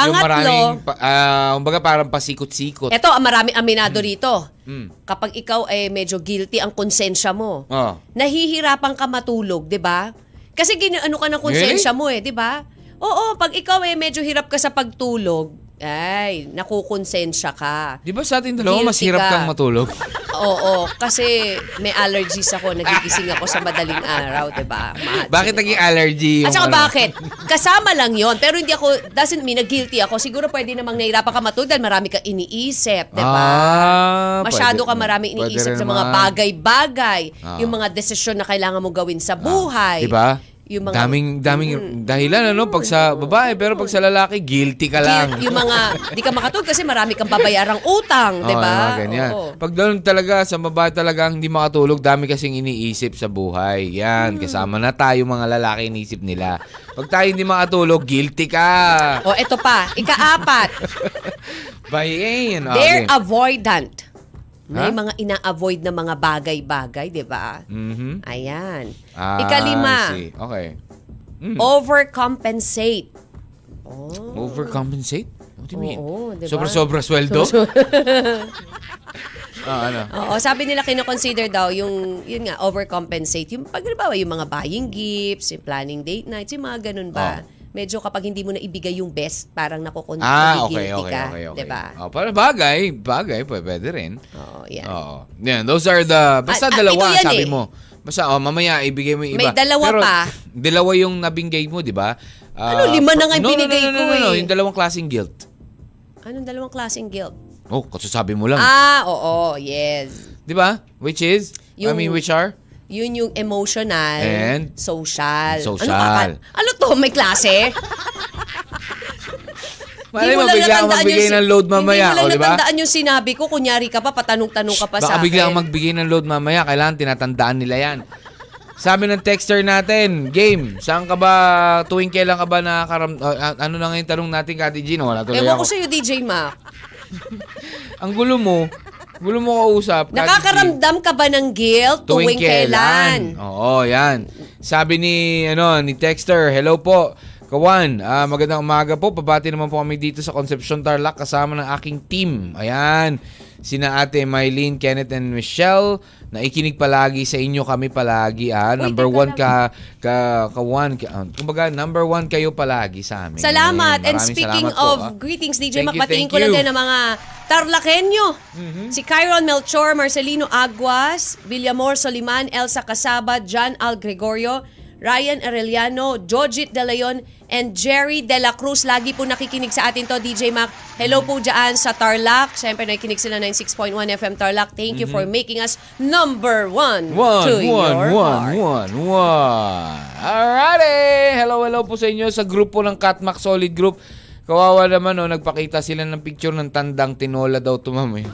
Pangatlo-
Yung maraming, pa, ah, kumbaga parang pasikot-sikot.
Eto, ang marami aminado rito.
Mm.
Kapag ikaw ay medyo guilty ang konsensya mo,
Oh.
nahihirapan ka matulog, 'di ba? Kasi ginaano ka ng konsensya mo eh, 'di ba? Oo, pag ikaw eh medyo hirap ka sa pagtulog, ay, nakukonsensya ka.
Di ba sa atin dalawa, mas
Guilty
hirap
ka.
kang
(laughs)
matulog?
Oo, kasi may allergies ako, nagigising ako sa madaling araw, 'di ba? Mahal.
bakit naging allergy? yung
At saka
ano?
bakit? Kasama lang yon Pero hindi ako, doesn't mean na guilty ako. Siguro pwede namang nahirapan ka matulog dahil marami ka iniisip, di ba?
Ah,
Masyado
pwede-
ka marami
pwede
iniisip
rin
sa mga
naman.
bagay-bagay,
Ah. diba?
yung mga desisyon na kailangan mong gawin sa buhay.
Di ba?
Yung mga Hmm.
Daming, daming dahilan, ano? Pag sa babae, pero pag sa lalaki, guilty ka lang.
Yung
(laughs)
mga, di ka makatulog kasi marami kang babayarang utang, di
Oo, Ah,
ba?
yung mga ganyan.
Oo.
Pag doon talaga, sa babae talaga hindi makatulog, dami kasing iniisip sa buhay. Yan,
Hmm.
kasama na tayo mga lalaki iniisip nila. Pag tayo hindi makatulog, guilty ka.
O, eto pa, ika-apat,
(laughs) Bayan. Okay.
they're avoidant. May
Ha?
mga ina-avoid na mga bagay-bagay, di ba?
Mhm.
Ayan.
Ah,
Ikalima,
I see. Hmm. Okay.
overcompensate. Oh.
Overcompensate? What do you mean?
Oo, diba?
Sobra-sobra sweldo? (laughs) Ah, ano?
Oo, sabi nila kinoconsider daw yung, yun nga, overcompensate. Yung pag, halimbawa, yung mga buying gifts, yung planning date nights, yung mga ganun
Oh.
ba. Medyo kapag hindi mo na ibigay yung best, parang nakukunti
Ah, okay, okay,
ka.
okay, okay.
Diba?
Oh, para bagay, bagay, pwe- pwede rin.
Oo, yan.
Oo. Yan, those are the, basta
Ah, ah,
dalawa,
ito yan
sabi
eh.
mo. Basta, oh, mamaya, ibigay mo yung
May
iba.
dalawa
Pero,
pa.
dalawa yung nabinggay mo, di ba? Ah,
Ano, lima na nga yung
no, no, no,
binigay
no, no,
ko
no, no,
eh.
yung dalawang klaseng guilt.
Anong dalawang klaseng guilt?
Oh, kasasabi mo lang.
Ah, oo, yes.
Di ba? Which is? I
Yung-
mean, which are?
Yun yung emotional,
And?
social.
Social.
Ano, kaka- ano to?
(laughs)
May klase?
Malay
Hindi
mo,
lang
bigla kang
natandaan
magbigay
yung si-
ng load mamaya. oh, diba? o,
Hindi mo lang
di ba?
natandaan yung sinabi ko. Kunyari ka pa, patanong-tanong ka pa sa
Baka
akin.
bigla kang magbigay ng load mamaya. Kailangan tinatandaan nila yan. Sabi ng texter natin, game, saan ka ba, tuwing kailan ka ba nakakaram... ah, ano na ngayon tanong natin, Kati Gino? Wala tuloy
Ewan ko
ako.
sa'yo, DJ Mac.
Ang gulo mo, gulo mo kausap. Kati G.
Nakakaramdam ka ba ng guilt tuwing, kailan?
Oo, yan. Sabi ni, ano, ni texter, hello po. Kawan, ah, magandang umaga po. Pabati naman po kami dito sa Concepcion Tarlac kasama ng aking team. Ayan. Sina ate Mylene, Kenneth, and Michelle. Naikinig palagi sa inyo kami palagi. Ah. Number
teka
one
lang.
ka, ka, ka one. Ka, ah, kumbaga, number one kayo palagi sa amin.
Salamat. And
Maraming
speaking
salamat po,
of
ah.
greetings, DJ
Thank
Mac,
you,
batiin
thank
ko
you.
lang
Mm-hmm.
din ng mga Tarlakenyo. Si Kyron Melchor, Marcelino Aguas, Villamor Soliman, Elsa Casaba, John Al Gregorio, Ryan Arellano, Jojit De Leon, and Jerry De La Cruz. Lagi po nakikinig sa atin to, DJ Mac. Hello
Mm-hmm.
po dyan sa Tarlac. Siyempre, nakikinig sila 96.1 FM Tarlac. Thank you for making us number
Mm-hmm. One,
one, to
one,
your
one,
heart.
one, one. Alrighty! Hello, hello po sa inyo sa grupo ng Catmac Solid Group. Kawawa naman, oh, nagpakita sila ng picture ng tandang tinola daw eh. tumamay.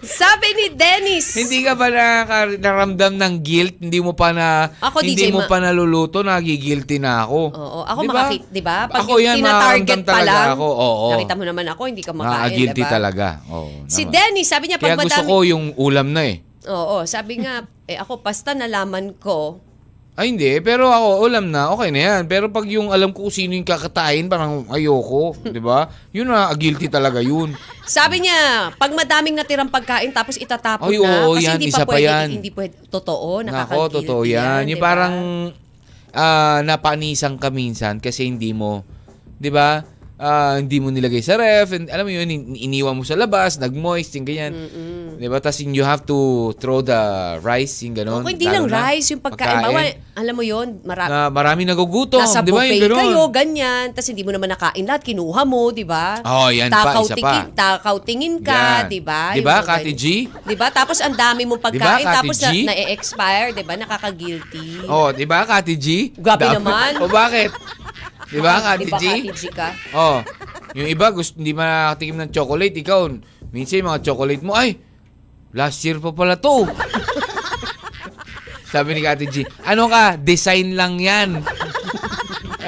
Sabi ni Dennis.
hindi ka ba nakaka- naramdam ng guilt? Hindi mo pa na,
Ako,
hindi
DJ
mo
Ma-
pa naluluto, nagigilty na ako.
Oo, ako
Di ba?
makakita, di ba? Pag
ako yan,
tina-target
makaramdam
pa
talaga
lang,
ako. Oo,
nakita mo naman ako, hindi ka makain, di
Nakaka-guilty
ba?
talaga. Oo,
Si
naman.
Denny, sabi niya,
Kaya
pag
gusto
madami...
ko yung ulam na eh.
Oo, sabi nga, eh ako, pasta nalaman ko.
Ay, hindi. Pero ako, alam na, okay na yan. Pero pag yung alam ko kung sino yung kakatain, parang
(laughs)
ayoko, di ba? Yun na, guilty talaga yun.
Sabi niya, pag madaming natirang pagkain tapos itatapon
Ay,
na,
oo,
kasi
yan,
hindi pa
isa pa
pwede,
yan.
hindi pwede, totoo,
Nako,
nakaka-guilty
totoo yan.
di
Yung
ba?
parang ah, napanisang ka minsan kasi hindi mo, di ba? Ah, hindi mo nilagay sa ref. And, alam mo yun, in- iniwan mo sa labas, nag-moist, yung ganyan. Di ba? Tapos yun, you have to throw the rice, yung gano'n.
Oo, hindi lang rice, yung pagkain. Bawa, alam mo yun, marami.
Na marami nagugutom,
Nasa
di ba? Yung
buffet
ganun.
kayo, ganyan. Tapos hindi mo naman nakain lahat, kinuha mo, di ba?
Oo, Oh, yan pa,
takaw
isa pa.
tingin, Takaw tingin ka,
Yan.
di ba?
Di
Yung
ba,
mga
Kati G?
ganyan. Di ba? Tapos ang dami
Di
mong
ba,
pagkain,
Kati
tapos na,
G?
na-expire, di ba? Nakaka-guilty.
Oh, 'di ba, Kati G?
Grabe
Dapat-
naman.
(laughs) O bakit? 'Di ba, Kati
Di ba,
G?
Kati G ka?
Oh. Yung iba gusto hindi man nakatikim ng chocolate, ikaw minsan yung mga chocolate mo ay last year pa pala to. (laughs) Sabi ni Kati G, ano ka? Design lang yan.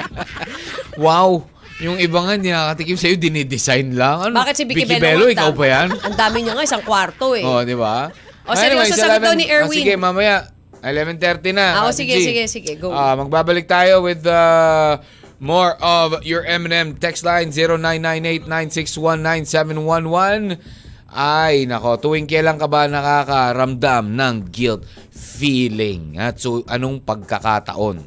(laughs) wow. Yung iba nga, hindi nakakatikim sa'yo, dinidesign lang. Ano?
Bakit si Vicky,
Bello,
ang
ikaw
dam-
pa
(laughs)
yan? Oh,
Ang dami niya nga, isang kwarto eh.
Oo, di ba?
O, seryoso,
sa
sagot daw
11
ni
O,
Erwin.
sige, mamaya. 11.30 na.
Ah, o,
Ate
sige,
G.
sige, sige, go.
Ah, magbabalik tayo with uh, more of your M&M text line 0998-961-9711. Ay, nako, tuwing kailan ka ba nakakaramdam ng guilt feeling? At so, anong pagkakataon?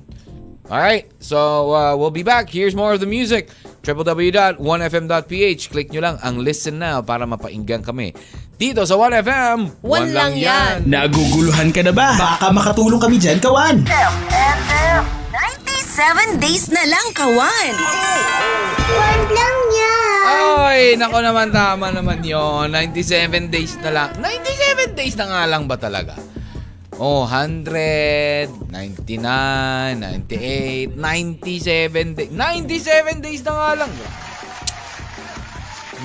Alright, so uh, we'll be back. Here's more of the music. www.1fm.ph Click nyo lang ang listen now para mapainggan kami. Dito sa 1FM,
One lang yan.
Naguguluhan ka na ba? Baka makatulong kami dyan, kawan.
M&M.
97 days na lang, kawan! Wag lang yan!
Ay, nako naman, tama naman yon 97 days na lang. 97 days na nga lang ba talaga? Oh, 100, 99, 98, 97 days. 97 days na nga lang.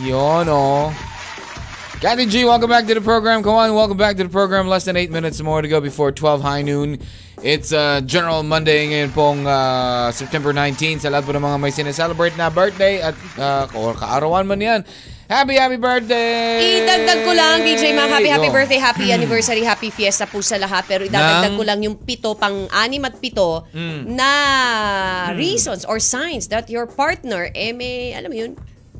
Yun, oh. Captain G, welcome back to the program. Come on, welcome back to the program. Less than 8 minutes more to go before 12 high noon. It's uh, General Monday ngayon pong uh, September 19. Sa lahat po ng mga may sineselebrate na birthday at uh, or kaarawan man yan. Happy, happy birthday!
Idagdag ko lang, DJ Ma. Happy, happy
Go.
birthday, happy anniversary, happy fiesta po sa lahat. Pero idadagdag
Ng- Mm.
ko lang yung pito, pang-anim at pito na reasons or signs that your partner, eh, may, alam mo yun,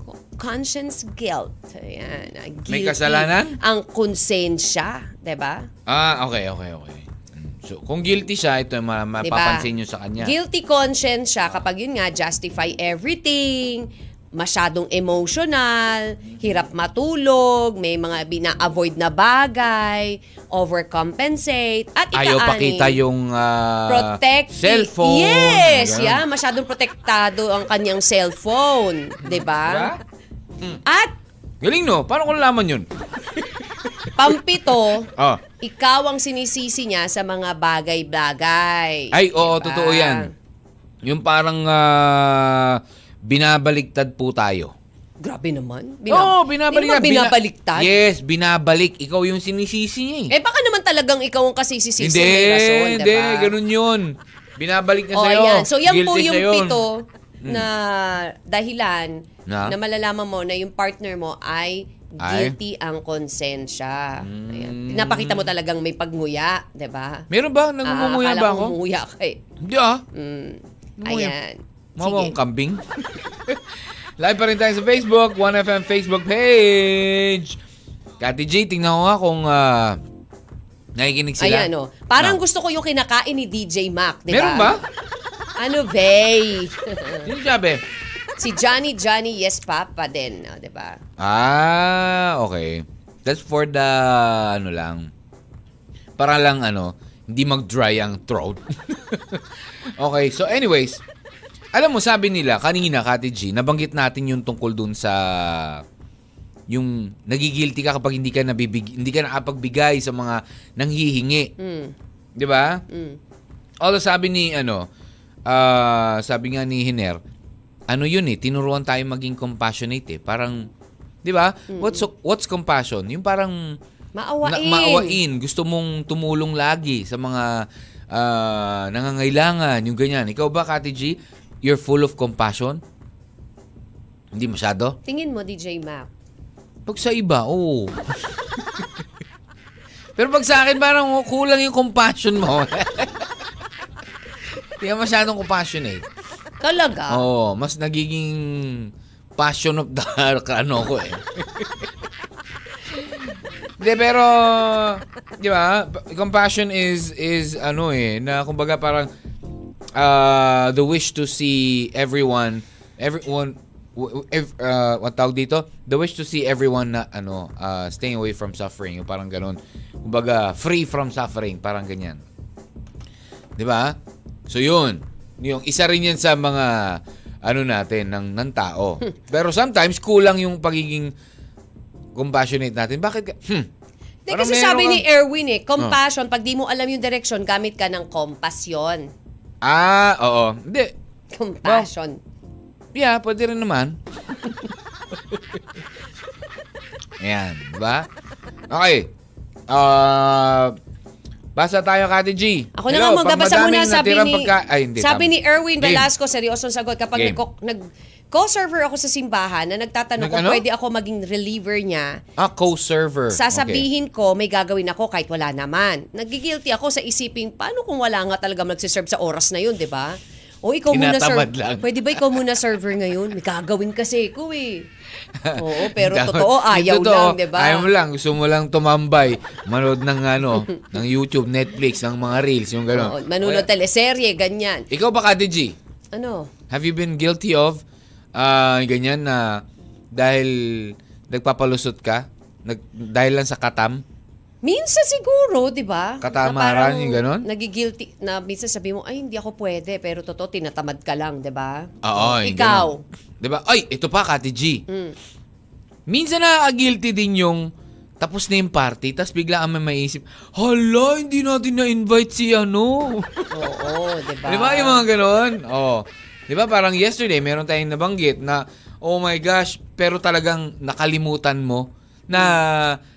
co- conscience guilt. Ayan. ah, guilty
kasalanan?
Ang konsensya, 'di ba?
Ah, okay, okay, okay. Mm. So, kung guilty siya, ito yung ma-
Diba?
mapapansin nyo sa kanya.
Guilty conscience siya kapag yun nga, justify everything, masyadong emotional, hirap matulog, may mga bina-avoid na bagay, overcompensate, at ika
Ayaw pakita yung ah,
protect
cellphone.
Yes,
Ganun.
yeah, masyadong protektado ang kanyang cellphone, 'di ba?
Diba?
At
Galing no? Paano ko nalaman yun?
pampito,
Oh.
ikaw ang sinisisi niya sa mga bagay-bagay.
Ay, oo,
Diba?
totoo yan. Yung parang ah, binabaliktad po tayo.
Grabe naman.
Oo,
Hindi naman
binabaliktad. Bina-
binabaliktad.
yes, binabalik. Ikaw yung sinisisi niya eh.
Eh baka naman talagang ikaw ang kasisisi
hindi,
may rason, diba?
hindi, ganun yun. Binabalik niya
Oh,
sa'yo.
ayan. So yan po
Guilty
yung
siya yun.
pito na dahilan
Na?
na? malalaman mo na yung partner mo ay
Ay? Mm.
guilty ang konsensya. Ayan. Pinapakita mo talagang may pagnguya, 'di ba?
Meron ba? Nangunguya
Ah, akala
ba
ko
ako?
Nguya ka eh.
Hindi ah.
Mm.
Nangunguya.
Ayan.
Mawa akong kambing. (laughs) Live pa rin tayo sa Facebook, 1FM Facebook page. Kati G, tingnan ko nga kung ah, nakikinig sila.
Ayan, oh. Parang
Ah.
gusto ko yung kinakain ni DJ Mac, di ba?
Meron ba?
Ano, Bay?
Sino sabi?
si Johnny Johnny Yes Papa din, oh, di ba?
Ah, okay. That's for the, ano lang, para lang ano, hindi mag-dry ang throat. (laughs) okay, so anyways, alam mo, sabi nila, kanina, Kati G, nabanggit natin yung tungkol dun sa yung nagigilty ka kapag hindi ka nabibig hindi ka nakapagbigay sa mga nanghihingi.
Hmm,
'Di ba? Although sabi ni ano, ah, sabi nga ni Hiner, ano yun eh, tinuruan tayo maging compassionate eh. Parang 'di ba? What's what's compassion? Yung parang
Maawain.
na- maawain. Gusto mong tumulong lagi sa mga ah, nangangailangan, yung ganyan. Ikaw ba, Kati G, you're full of compassion? Hindi masyado?
Tingin mo, DJ Mac.
Pag sa iba, oo. Pero pag sa akin, parang kulang yung compassion mo. (laughs) Hindi ka masyadong compassionate.
Talaga?
Oo, mas nagiging passion of the ano ko eh. Hindi, pero, di ba, compassion is, is ano eh, na kumbaga parang uh, the wish to see everyone, everyone, w- w- ev- uh, what tawag dito? The wish to see everyone na, ano, uh, staying away from suffering, yung parang ganun. Kumbaga, free from suffering, parang ganyan. Di ba? So yun. Yung isa rin yan sa mga ano natin ng ng tao.
Hmm.
Pero sometimes kulang yung pagiging compassionate natin. Bakit ka? Hmm.
Hindi,
Parang
kasi
meron
sabi
kang- Oh.
ni Erwin eh, compassion, pag di mo alam yung direction, gamit ka ng compassion.
Ah, oo. Hindi.
Compassion.
Yeah, pwede rin naman. Ayan, di ba? Okay. Ah, basa tayo, Kati G.
Ako na nga magbabasa
pang madaming
muna, sabi
natirang
ni,
pagka- Ay, hindi,
sabi
tama.
ni Erwin
Game.
Velasco, seryoso ang sagot, kapag
Game.
nagko- nag co-server ako sa simbahan na
Nag-
nagtatanong kung
ano?
pwede ako maging reliever niya,
Ah, co-server. Okay.
sasabihin ko may gagawin ako kahit wala naman. Nagigilty ako sa isiping, paano kung wala nga talaga magsiserve sa oras na yun, di ba? O ikaw muna server.
Tinatamad lang.
Pwede ba ikaw muna server ngayon? May gagawin kasi ko
(laughs)
eh. Oo, pero
Dapat-
totoo, ayaw
Yung totoo,
lang, di ba?
Ayaw mo lang, gusto mo lang tumambay, manood ng ano, ng YouTube, Netflix, ng mga reels, yung
Oo,
gano'n. Wala.
manunod teleserye, ganyan.
Ikaw ba, Kati G?
Ano?
Have you been guilty of ah, ganyan na dahil nagpapalusot ka? Nag, dahil lang sa katam?
Minsan siguro, di ba?
Katamaran,
Na parang
yung ganun?
Nagigilty na minsan sabi mo, ay hindi ako pwede, pero totoo, tinatamad ka lang, di ba?
Oo, yung
Ikaw. Mm.
ganun. Di ba? Ay, ito pa, Kati G. Minsan nakaka-guilty din yung Tapos na yung party, tapos bigla ang may maisip, hala, hindi natin na-invite si ano.
Oo, di ba?
Di ba yung mga ganun? Oo. Di ba parang yesterday, meron tayong nabanggit na, oh my gosh, pero talagang nakalimutan mo na,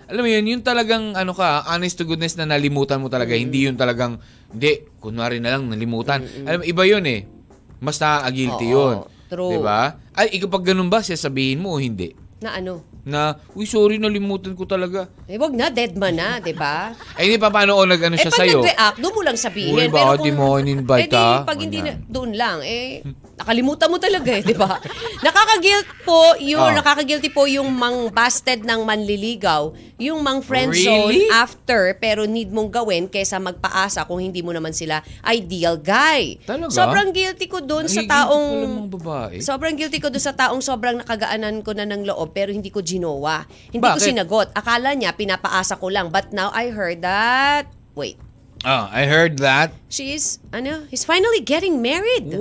alam mo yun, yun talagang, ano ka, honest to goodness na nalimutan mo talaga. Hindi yun talagang, hindi, kunwari na lang, nalimutan. Alam mo, iba yun eh. Mas nakaka-guilty
Oo,
yun.
true.
Di ba? Ay, ikaw pag ganun ba, sasabihin mo o hindi?
Na ano?
Na, uy, sorry, nalimutan ko talaga.
Eh, wag na, dead man na, di ba?
Eh, hindi pa paano o nag-ano
eh,
siya
pag
sa'yo?
nag-react, doon mo lang sabihin.
Uy, baka di mo ako in-invite,
eh, di,
ah.
pag hindi na,
Ganyan.
doon lang, eh, nakalimutan mo talaga eh,
(laughs)
di ba? Nakakagilt po yung,
Ah.
nakakagilty po yung mang busted ng manliligaw, yung mang friend
Really?
zone after, pero need mong gawin kaysa magpaasa kung hindi mo naman sila ideal guy.
Talaga?
Sobrang guilty ko doon sa
Nagigilty
taong...
pala mga babae.
Sobrang guilty ko doon sa taong sobrang nakagaanan ko na ng loob pero hindi ko ginawa. Hindi ko
Bakit?
sinagot. Akala niya pinapaasa ko lang. But now I heard that... Wait.
Ah, I heard that.
She is, ano, he's finally getting married.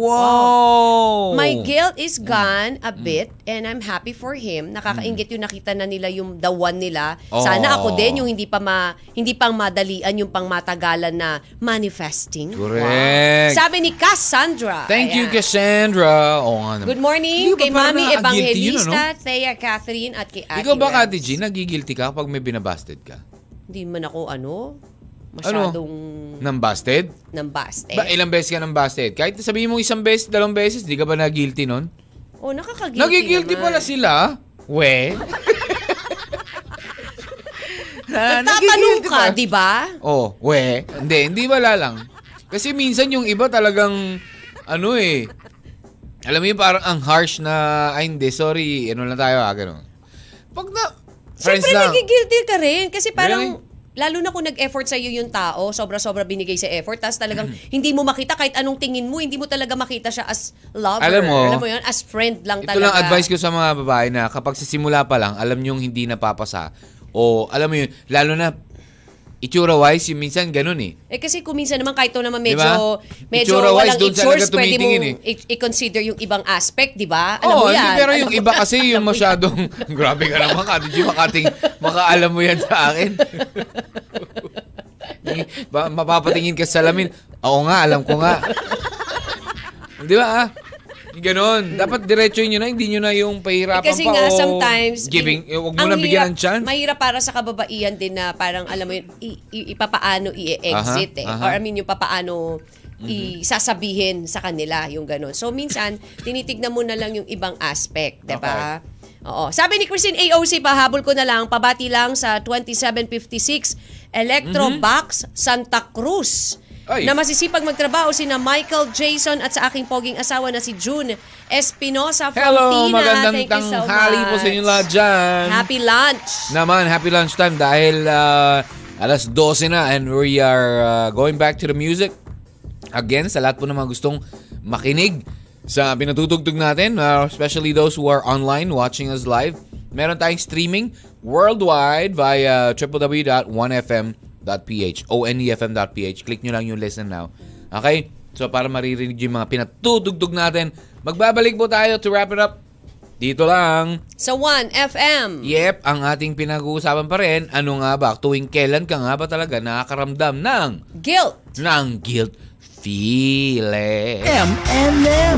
Wow!
My guilt is gone a bit and I'm happy for him. Nakakaingit yung nakita na nila yung the one nila.
Oo.
Sana ako din yung hindi pa ma, hindi pang madalian yung pang matagalan na manifesting.
Correct.
Sabi ni Cassandra.
Thank you,
Ayan.
Cassandra. Oo nga naman.
Good morning
Hindi ka
kay
parang
Mami
nakaka-guilty yun, ano?
Evangelista, Thea Catherine at kay Ate
Ikaw ba,
Rem.
Kati G, nagigilty ka kapag may binabasted ka?
Hindi man ako ano, masyadong eh.
Nang busted?
nambaste.
Ba, ilang beses ka nang busted? Kahit sabihin mo isang beses, dalawang beses, di ka ba nagigilty nun?
oh, nakakagilty
Nagigilty
naman.
pala sila?
(laughs)
We? Na-
Tatanong
Ah, nagigilty
ka,
pa.
di ba?
Oh, we. Hindi, hindi wala lang. Kasi minsan yung iba talagang, ano eh, alam mo yun, parang ang harsh na, ay hindi, sorry, ano lang tayo ah, ganun. Pag na, friends
Siyempre,
lang.
nagigilty ka rin. Kasi parang,
Really?
lalo na kung nag-effort sa'yo yung tao, sobra-sobra binigay sa effort, tapos talagang
Mm.
hindi mo makita kahit anong tingin mo, hindi mo talaga makita siya as lover.
Alam mo,
yun, as friend lang
Ito
talaga.
lang advice ko sa mga babae na kapag sa simula pa lang, alam nyo yung hindi napapasa. O alam mo yun, lalo na itsura-wise, yung minsan ganun eh.
Eh kasi kung minsan naman kahit ito naman
Di
medyo,
ba?
medyo
Itsura-wise,
walang
doon talaga
itsures, pwede
tumitingin eh.
mong i- i-consider yung ibang aspect, di ba? Alam
Oo,
mo
hindi,
yan.
pero
Alam
yung
mo
iba
yan.
kasi yung
Alam mo yan.
masyadong, (laughs) grabe ka naman, Kati G, makating, makaalam mo yan sa
(laughs)
akin. ba, mapapatingin ka sa salamin, oo nga, alam ko nga. Di ba ah? Ganon. Dapat diretso nyo na, hindi nyo na yung pahirapan
Eh, Kasi
pa
nga,
o
sometimes,
giving, eh, wag mo
ang
na bigyan ng
hirap-
chance.
Mahirap para sa kababaihan din na parang, alam mo yun, i- i- ipapaano i-exit
Aha,
eh.
aha. Mhm.
Or I mean, yung papaano isasabihin sa kanila, yung ganun. So, minsan, tinitignan mo na lang yung ibang aspect, di ba? Oo. Sabi ni Christine AOC, pahabol ko na lang, pabati lang sa 2756 Electrobox Santa Cruz.
Mhm. Ay.
Na masisipag magtrabaho sina Michael Jason at sa aking poging asawa na si June Espinosa
Hello,
Fontina.
magandang
Thank you so
tanghali po sa inyo
much.
lahat dyan.
Happy lunch.
Naman, happy lunchtime dahil ah, alas 12 na and we are ah, going back to the music. Again, sa lahat po ng mga gustong makinig sa pinatutugtog natin, ah, especially those who are online watching us live. Meron tayong streaming worldwide via www.1fm.ph onefm.ph. Click nyo lang yung listen now. Okay? So para maririnig yung mga pinatutugtog natin, magbabalik po tayo to wrap it up. Dito lang.
Sa 1FM.
Yep, ang ating pinag-uusapan pa rin, ano nga ba, tuwing kailan ka nga ba talaga nakakaramdam ng,
Guilt.
ng guilt feeling?
M&M.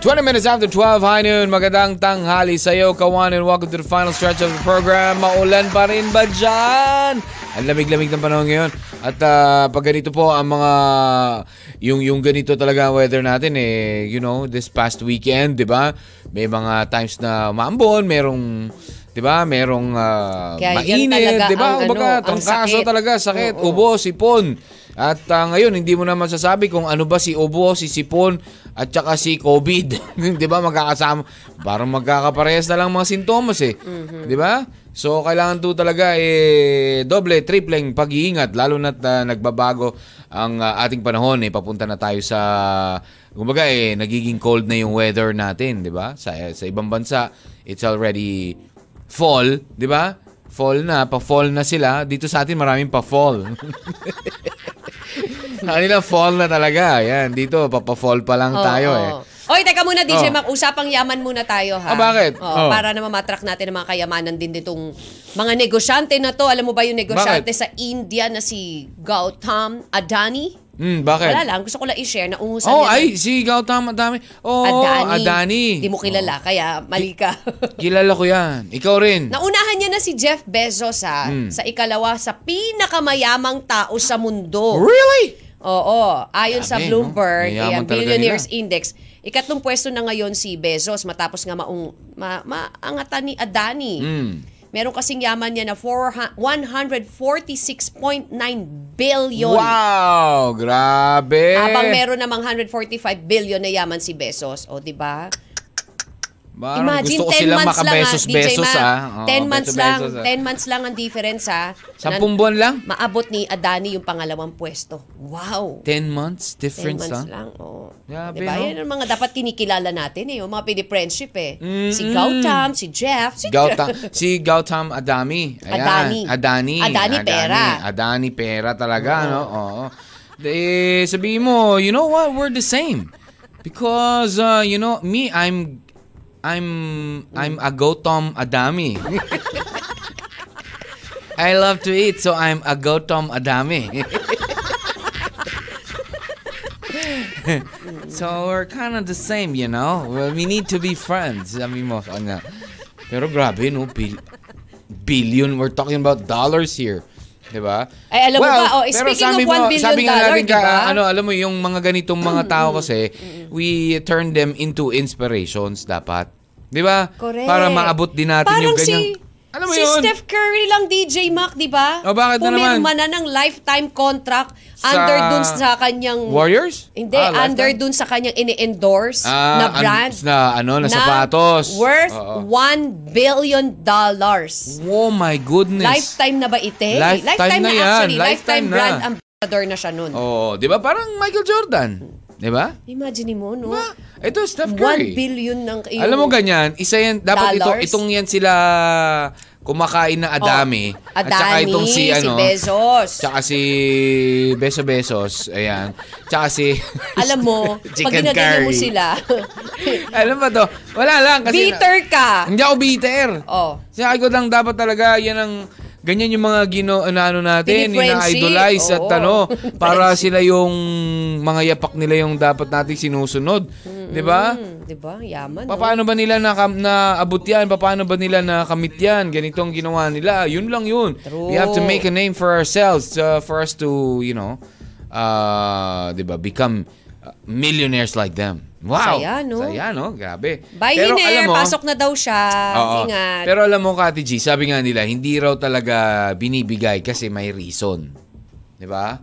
20 minutes after 12, high noon, magandang tanghali sa'yo, Kawan, and welcome to the final stretch of the program. Maulan pa rin ba dyan? Ang lamig-lamig ng panahon ngayon. At ah, pag ganito po, ang mga, yung, yung ganito talaga ang weather natin, eh, you know, this past weekend, di ba? May mga times na maambon, merong, di ba? Merong ah,
Kaya yan
mainit,
talaga
di ba?
ang
Kumbaga,
ano, ang
trangkaso
sakit.
talaga, sakit,
Oo.
ubo, sipon. At ah, ngayon, hindi mo na masasabi kung ano ba si ubo, si sipon, at saka si COVID. (laughs) di ba? Magkakasama. Parang magkakaparehas na lang mga sintomas eh. Di ba? So, kailangan to talaga eh, doble, tripleng pag-iingat. Lalo na't ah, nagbabago ang ah, ating panahon. Eh, papunta na tayo sa, kumbaga eh, nagiging cold na yung weather natin. Di ba? Sa, sa ibang bansa, it's already fall, 'di ba? Fall na, pa-fall na sila. Dito sa atin maraming
(laughs)
pa-fall. Sa kanila fall na talaga. Yan, dito papa-fall pa lang
Oo.
tayo eh.
Oy, teka muna DJ
Oh.
Mac, usapang yaman muna tayo ha.
Ah, bakit?
Oo,
Oh.
Para naman matrack natin ang mga kayamanan din nitong mga negosyante na to. Alam mo ba yung negosyante sa India na si Gautam Adani?
Hmm, bakit?
Wala lang, gusto ko lang i-share na umusan
Oh,
niya
ay, si Gautam, ang dami. Oh,
Adani.
Adani. Adani. Oh.
Di mo kilala, kaya mali ka.
Kilala ko yan. Ikaw rin.
Naunahan niya na si Jeff Bezos ha,
Hmm.
sa ikalawa sa pinakamayamang tao sa mundo.
Really?
Oo, ayon sa
Grabe,
Bloomberg,
no?
kaya
Mayaman talaga
Billionaires
nila.
Index, ikatlong pwesto na ngayon si Bezos matapos nga maung, ma, maangatan ni Adani.
Hmm.
Meron kasing yaman niya na 400 146.9 billion.
Wow, Eh. grabe.
Habang meron namang 145 billion na yaman si Bezos. O, di ba?
Parang gusto
Imagine,
ko
10
silang
months lang ah,
makabesos-besos,
DJ Mac.
ah. Oo,
10 months lang,
beso-besos, ah.
10 months lang ang difference ha.
Sampung buwan lang?
Maabot ni Adani yung pangalawang pwesto. Wow.
10 months
10
difference,
months
ah.
lang, oo.
Grabe,
diba?
no?
Yan ang mga dapat kinikilala natin eh. Yung mga pini-friendship eh. Si
Mm-mm.
Gautam, si Jeff, si
Gautam, si Gautam Adami. Ayan.
Adani.
Adani.
Adani pera.
Adani pera talaga, no? Oo. De, sabihin mo, you know what? We're the same. Because, uh, you know, me, I'm, I'm, I'm a Gautam Adami. (laughs) I love to eat, so I'm a Gautam Adami. (laughs) So we're kind of the same, you know? Well, we need to be friends. Sabi mo, ano. Pero grabe, no? Bil- billion. We're talking about dollars here. Diba?
Ay, alam mo
well,
ba, oh,
pero
speaking
sabi
of one billion
sabi nga
dollar,
natin ka,
diba?
ano, alam mo, yung mga ganitong mga tao kasi, we turn them into inspirations dapat. Diba?
(laughs) Correct.
Para maabot din natin
Parang
yung ganyang...
si, si Steph Curry lang DJ Mac, di ba?
O, Oh, bakit na naman?
Pumirma na ng lifetime contract
Sa
under dun sa kanyang...
Warriors?
Hindi,
Ah, lifetime?
under dun sa kanyang ini-endorse
Ah,
na
an-
brand.
na ano, na sapatos.
Worth
Oo.
$1 billion. dollars.
Oh my goodness.
Lifetime na ba ite?
Lifetime na yan.
actually. Lifetime,
Lifetime na.
brand ambassador na siya nun.
Oh, 'di ba? Parang Michael Jordan. 'Di ba?
Imagine mo, no?
Diba? Ito Steph
One
Curry.
billion ng iyong...
Alam mo ganyan, isa yan dapat ito
Dollars?
itong yan sila kumakain na Adami.
Oh,
at saka
Adani,
itong si, ano,
Bezos.
Tsaka si Beso Besos, ayan. Tsaka
(laughs)
si
(laughs) Alam mo,
(laughs)
pag
Chicken
dinadala mo
curry.
sila,
Alam mo to? Wala lang (laughs) kasi
bitter ka.
Hindi ako bitter.
Oh.
Sinabi ko lang dapat talaga yan ang ganyan yung mga gino ano natin,
Pinifriendship.
ina-idolize at
Oo.
ano
(laughs)
para
Friendship.
sila yung mga yapak nila yung dapat nating sinusunod, 'di ba?
Hmm, di ba? Yaman,
Pa-
no?
Paano ba nila na naabot yan? Pa- Paano ba nila nakamit yan? Ganito ang ginawa nila. Yun lang yun.
True.
We have to make a name for ourselves uh, for us to, you know, uh, 'di ba, become uh, millionaires like them. Wow.
Saya, no?
Saya, no? Grabe.
Bye,
Pero alam
Hiner.
mo-
Pasok na daw siya.
Oo.
Ingat.
Pero alam mo, Kati G, sabi nga nila, hindi raw talaga binibigay kasi may reason. Di ba?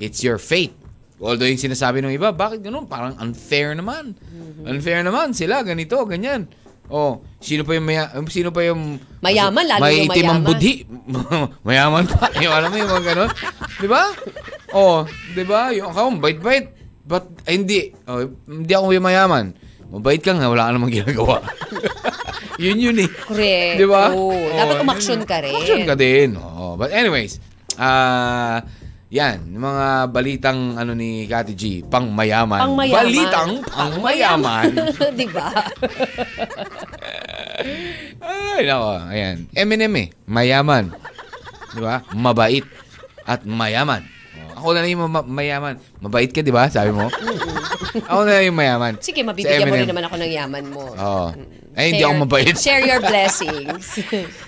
It's your fate. Although yung sinasabi ng iba, bakit ganun? Parang unfair naman.
Mm-hmm.
Unfair naman sila, ganito, ganyan. Oh, sino pa yung maya, um, sino pa yung
Mayaman, lalo
may
yung
itim ang
mayaman.
budhi. (laughs) mayaman pa. Yung alam mo yung mga ganun. 'Di ba? Oh, 'di ba? Yung ako bait-bait. But ay, hindi, oh, hindi ako yung mayaman. Mabait ka nga, wala ka namang ginagawa. (laughs) yun yun eh.
Correct.
Di ba?
Oo. Dapat umaksyon ka rin.
Umaksyon ka din. Oo. But anyways, ah yan, yung mga balitang ano ni Kati G, pang mayaman.
Ang mayaman.
Balitang pang mayaman.
(laughs) di ba?
Ay, nako. Ayan. Eminem eh. Mayaman. Di ba? Mabait. At mayaman. Ako na lang yung ma- mayaman. Mabait ka, di ba? Sabi mo. ako na lang yung mayaman.
Sige,
Si
mabibigyan mo
Eminem.
rin naman ako ng yaman mo.
Oo. M&M. Oh. Ay, hindi ako
Share-
mabait.
Share your
(laughs)
blessings.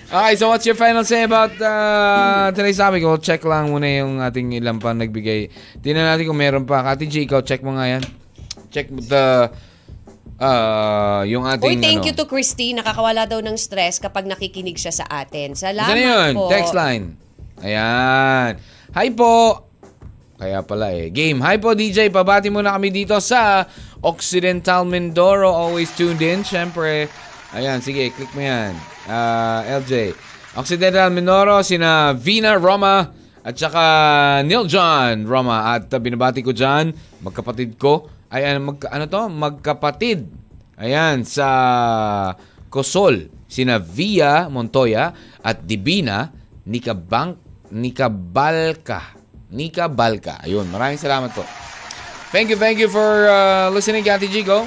Okay, so what's your final say about uh, today's topic? We'll check lang muna yung ating ilang pa nagbigay. Tingnan natin kung meron pa. Kati G, ikaw, check mo nga yan. Check the... Uh, yung ating...
Uy, thank
ano.
you to Christine. Nakakawala daw ng stress kapag nakikinig siya sa atin. Salamat
Saan yun?
po.
Text line. Ayan. Hi po! Kaya pala eh. Game. Hi po DJ, pabati muna kami dito sa Occidental Mindoro. Always tuned in, syempre. Ayan, sige, click mo yan. Ah, LJ. Occidental Mindoro, sina Vina Roma at saka Neil John Roma. At ah, binabati ko dyan, magkapatid ko. Ayan, mag, ano to? Magkapatid. Ayan, sa Cosol, sina Via Montoya at Dibina Nicabank, Nicabalca. Nicabalca. Ayun, maraming salamat po. Thank you, thank you for uh, listening, Kati Gigo.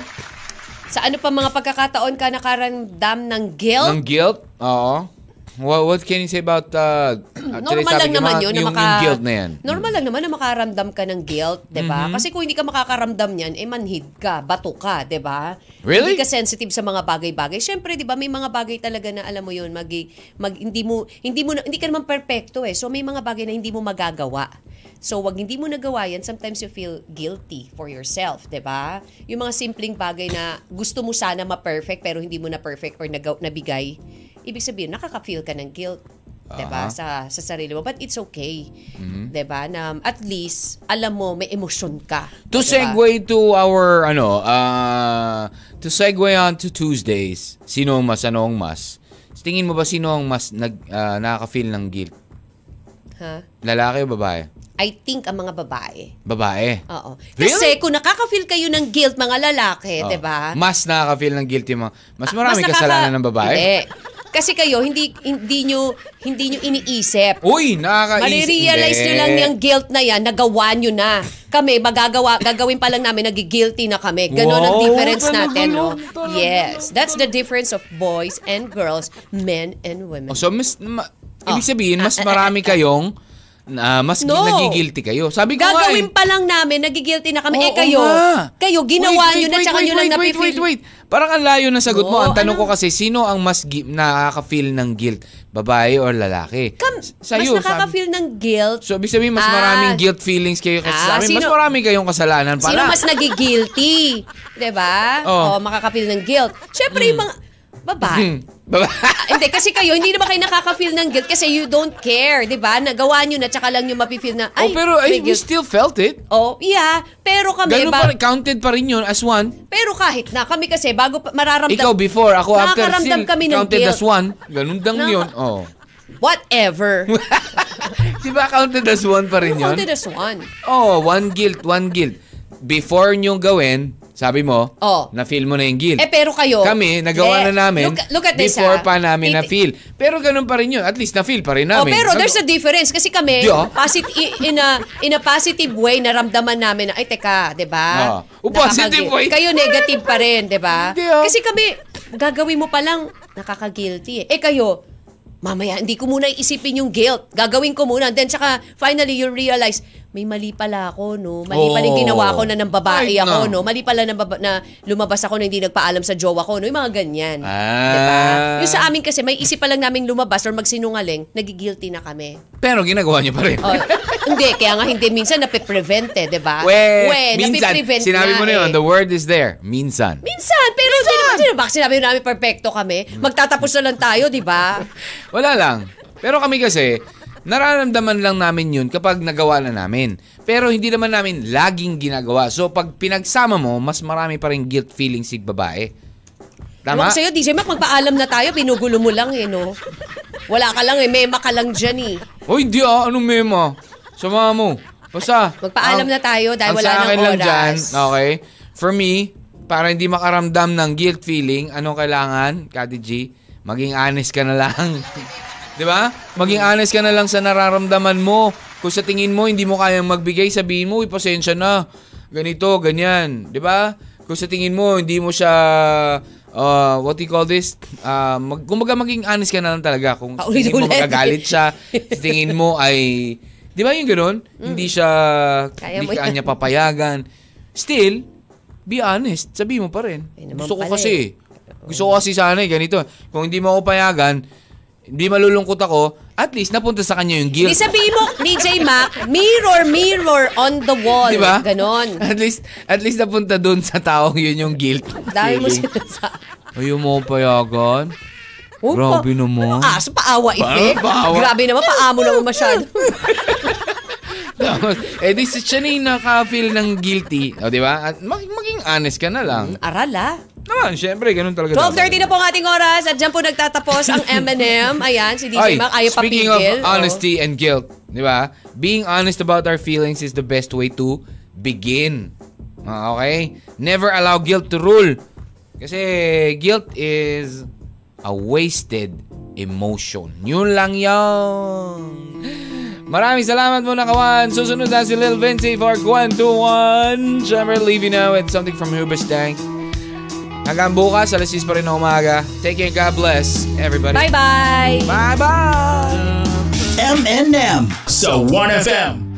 Sa ano pa mga pagkakataon ka nakaramdam ng guilt?
Ng guilt? Oo. What, what can you say about uh, actually,
normal
sabi
lang
niya,
naman
mga-
yun. na
yung,
maka-
yung guilt na yan. Mm-hmm.
Normal lang naman na makaramdam ka ng guilt, di ba? Kasi kung hindi ka makakaramdam niyan, eh manhid ka, bato ka, di ba?
Really?
Hindi ka sensitive sa mga bagay-bagay. Siyempre, di ba, may mga bagay talaga na alam mo yun, mag, mag, hindi mo, hindi mo, na- hindi ka naman perfecto eh. So may mga bagay na hindi mo magagawa. So wag hindi mo nagawa yan, sometimes you feel guilty for yourself, di ba? Yung mga simpleng bagay na gusto mo sana ma-perfect pero hindi mo na perfect or nagaw- nabigay, ibig sabihin, nakaka-feel ka ng guilt. 'di ba?
Aha. Mm-hmm.
Sa sa sarili mo. But it's okay. 'Di ba? Na at least alam mo may emosyon ka.
To
'di ba?
segue to our ano, uh, to segue on to Tuesdays. Sino ang mas ano ang mas? Tingin mo ba sino ang mas nag ah, nakaka-feel ng guilt?
Ha?
Lalaki o babae?
I think ang mga babae.
Babae.
Oo.
Really?
Kasi kung nakaka-feel kayo ng guilt mga lalaki,
Oo.
'di ba?
Mas nakaka-feel ng guilt yung mga mas
diba? Ah,
marami
nakaka-
kasalanan ng babae.
Hindi. Kasi kayo hindi hindi nyo hindi nyo iniisip.
Uy, nakakaisip.
Marirealize nyo lang yung guilt na yan, nagawa nyo na. Kami, magagawa, gagawin pa lang namin, nagigilty na kami. Ganon ang
Wow,
difference
talaga
natin, no?
yun, talaga.
Yes, that's the difference of boys and girls, men and women.
Oh, so mas ma-
Oh.
ibig sabihin mas marami kayong ah, mas
ah, No.
nagigilty kayo. Sabi ko nga eh.
Gagawin pa lang namin, nagigilty na kami. eh
Oo
kayo,
nga.
kayo, ginawa nyo na, tsaka nyo lang
wait,
napifeel.
wait, wait, Parang ang layo ng sagot mo.
Oo,
Ang tanong
ano?
ko kasi, sino ang mas gi- nakaka-feel ng guilt? Babae or lalaki?
Kam-
S-
mas
sa'yo,
nakaka-feel ng guilt.
sabi- So, ibig sabihin, mas
Ah.
maraming guilt feelings kayo kasi sa
Ah,
amin. Mas
sino-
marami kayong kasalanan pala.
Sino mas nagigilty? 'Di ba?
Oh. Mm.
O, makaka-feel ng guilt. Siyempre, yung mga babae.
Hmm. (laughs) Babae.
Ah, hindi, kasi kayo, hindi naman kayo nakaka-feel ng guilt kasi you don't care, di ba? Nagawa nyo na, tsaka lang nyo mapifeel na, ay,
oh, pero ay,
may
we
guilt.
still felt it.
Oh, yeah. Pero kami,
Ganun
ba-
pa, rin- counted pa rin yun as one.
pero kahit na, kami kasi, bago pa, mararamdam,
Ikaw before, ako after, still
Nakakaramdam kami ng
counted
guilt.
as one. Ganun dang
Nakaka-
yun. Oh.
whatever.
(laughs) Di ba counted as one pa rin
Pero
yun?
counted as one.
Oh, one guilt, one guilt. Before nyong gawin, sabi mo,
Oh.
na-feel mo na yung guilt.
Eh, pero kayo,
Kami, nagawa
hindi.
na namin
Look- look at this,
before
ah.
pa namin
Titi-
na-feel. Pero ganun pa rin yun. At least na-feel pa rin
Oh,
namin.
pero
Sabi-
there's a difference kasi
Di,
kami
oh.
posit- i- in a in a positive way naramdaman namin na ay teka, 'di ba?
Oh. Oh, positive way.
Nakakagi- Kayo negative pa rin, 'di ba?
Di, oh.
Kasi kami gagawin mo pa lang nakaka-guilty eh. Eh kayo, mamaya hindi ko muna iisipin yung guilt. Gagawin ko muna then saka finally you realize may mali pala ako, no? Mali pala yung
Oh.
ginawa ko na ng babae
Right
ako,
na.
no? Mali pala na, baba- na lumabas ako na hindi nagpaalam sa jowa ko, no? Yung mga ganyan.
Ah.
Diba? Yung sa amin kasi, may isip pa lang naming lumabas or magsinungaling, nagigilty na kami.
Pero ginagawa niyo pa rin.
Oh, hindi, kaya nga hindi. Minsan napiprevent eh, di ba?
We, minsan,
napiprevent
sinabi
nga
mo na yun,
eh.
the word is there. Minsan.
Minsan, pero minsan. Sino, sino, baka sinabi namin perfecto kami. Magtatapos na lang tayo, diba? di ba?
Wala lang. Pero kami kasi, nararamdaman lang namin yun kapag nagawa na namin. Pero hindi naman namin laging ginagawa. So pag pinagsama mo, mas marami pa rin guilt feelings si babae. Tama?
Tama. Sa'yo, DJ Mac, magpaalam na tayo. Binugulo mo lang eh, no? Wala ka lang eh. Mema ka lang dyan eh.
Hoy, hindi ah. Anong memo? Sama mo. Basta.
Magpaalam
ang-
na tayo dahil
ang
wala
sa
nang
akin lang
oras.
dyan, okay? For me, para hindi makaramdam ng guilt feeling, anong kailangan, Kati G? Maging honest ka na lang. (laughs) Di ba? Maging honest ka na lang sa nararamdaman mo. Kung sa tingin mo, hindi mo kayang magbigay, sabihin mo, uy, pasensya na. Ganito, ganyan. Di ba? Kung sa tingin mo, hindi mo siya, uh, what do you call this? Uh, mag, kumbaga, maging honest ka na lang talaga. Kung sa tingin mo,
Paulit-ulit.
magagalit siya. Sa tingin mo ay, di ba yung ganun? Hindi siya,
Kaya
hindi
mo
ka
yan.
niya papayagan. Still, be honest. Sabi mo pa rin.
Eh, naman
Gusto ko
pala
kasi. Gusto ko kasi sana eh, ganito. Kung hindi mo ako payagan, hindi malulungkot ako, at least napunta sa kanya yung
Di
guilt.
sabihin mo, DJ Mac, mirror, mirror on the wall.
Di ba?
Ganon.
(laughs) At least, at least napunta dun sa taong yun yung guilt.
Dami mo
feeling.
sinasabi.
Ayaw mo ako
(laughs)
payagan.
Oh,
Grabe
pa-
naman.
Ano, aso, paawa effect.
paawa.
Grabe naman, paamo naman
(laughs)
masyado.
Tapos, eh di siya na yung naka-feel ng guilty. O, di ba? At mag- maging honest ka na lang.
Aral ah.
Naman, syempre, ganun talaga.
12.30 na po ang ating oras at dyan po nagtatapos ang M&M. Ayan, si DJ Mac, ayaw pa
speaking
pigil.
of
Oh.
honesty and guilt, di ba? Being honest about our feelings is the best way to begin. Ah, Okay? Never allow guilt to rule. Kasi guilt is a wasted emotion. Yun lang yun. Maraming salamat muna kawan. Susunod na si Lil Vinci for Kwan to One. Siyempre, leave you now with something from Hubers Tank. Hanggang bukas, alas 6 pa rin ng umaga. Take care. God bless, everybody.
Bye-bye!
Bye-bye.
M&M sa 1FM.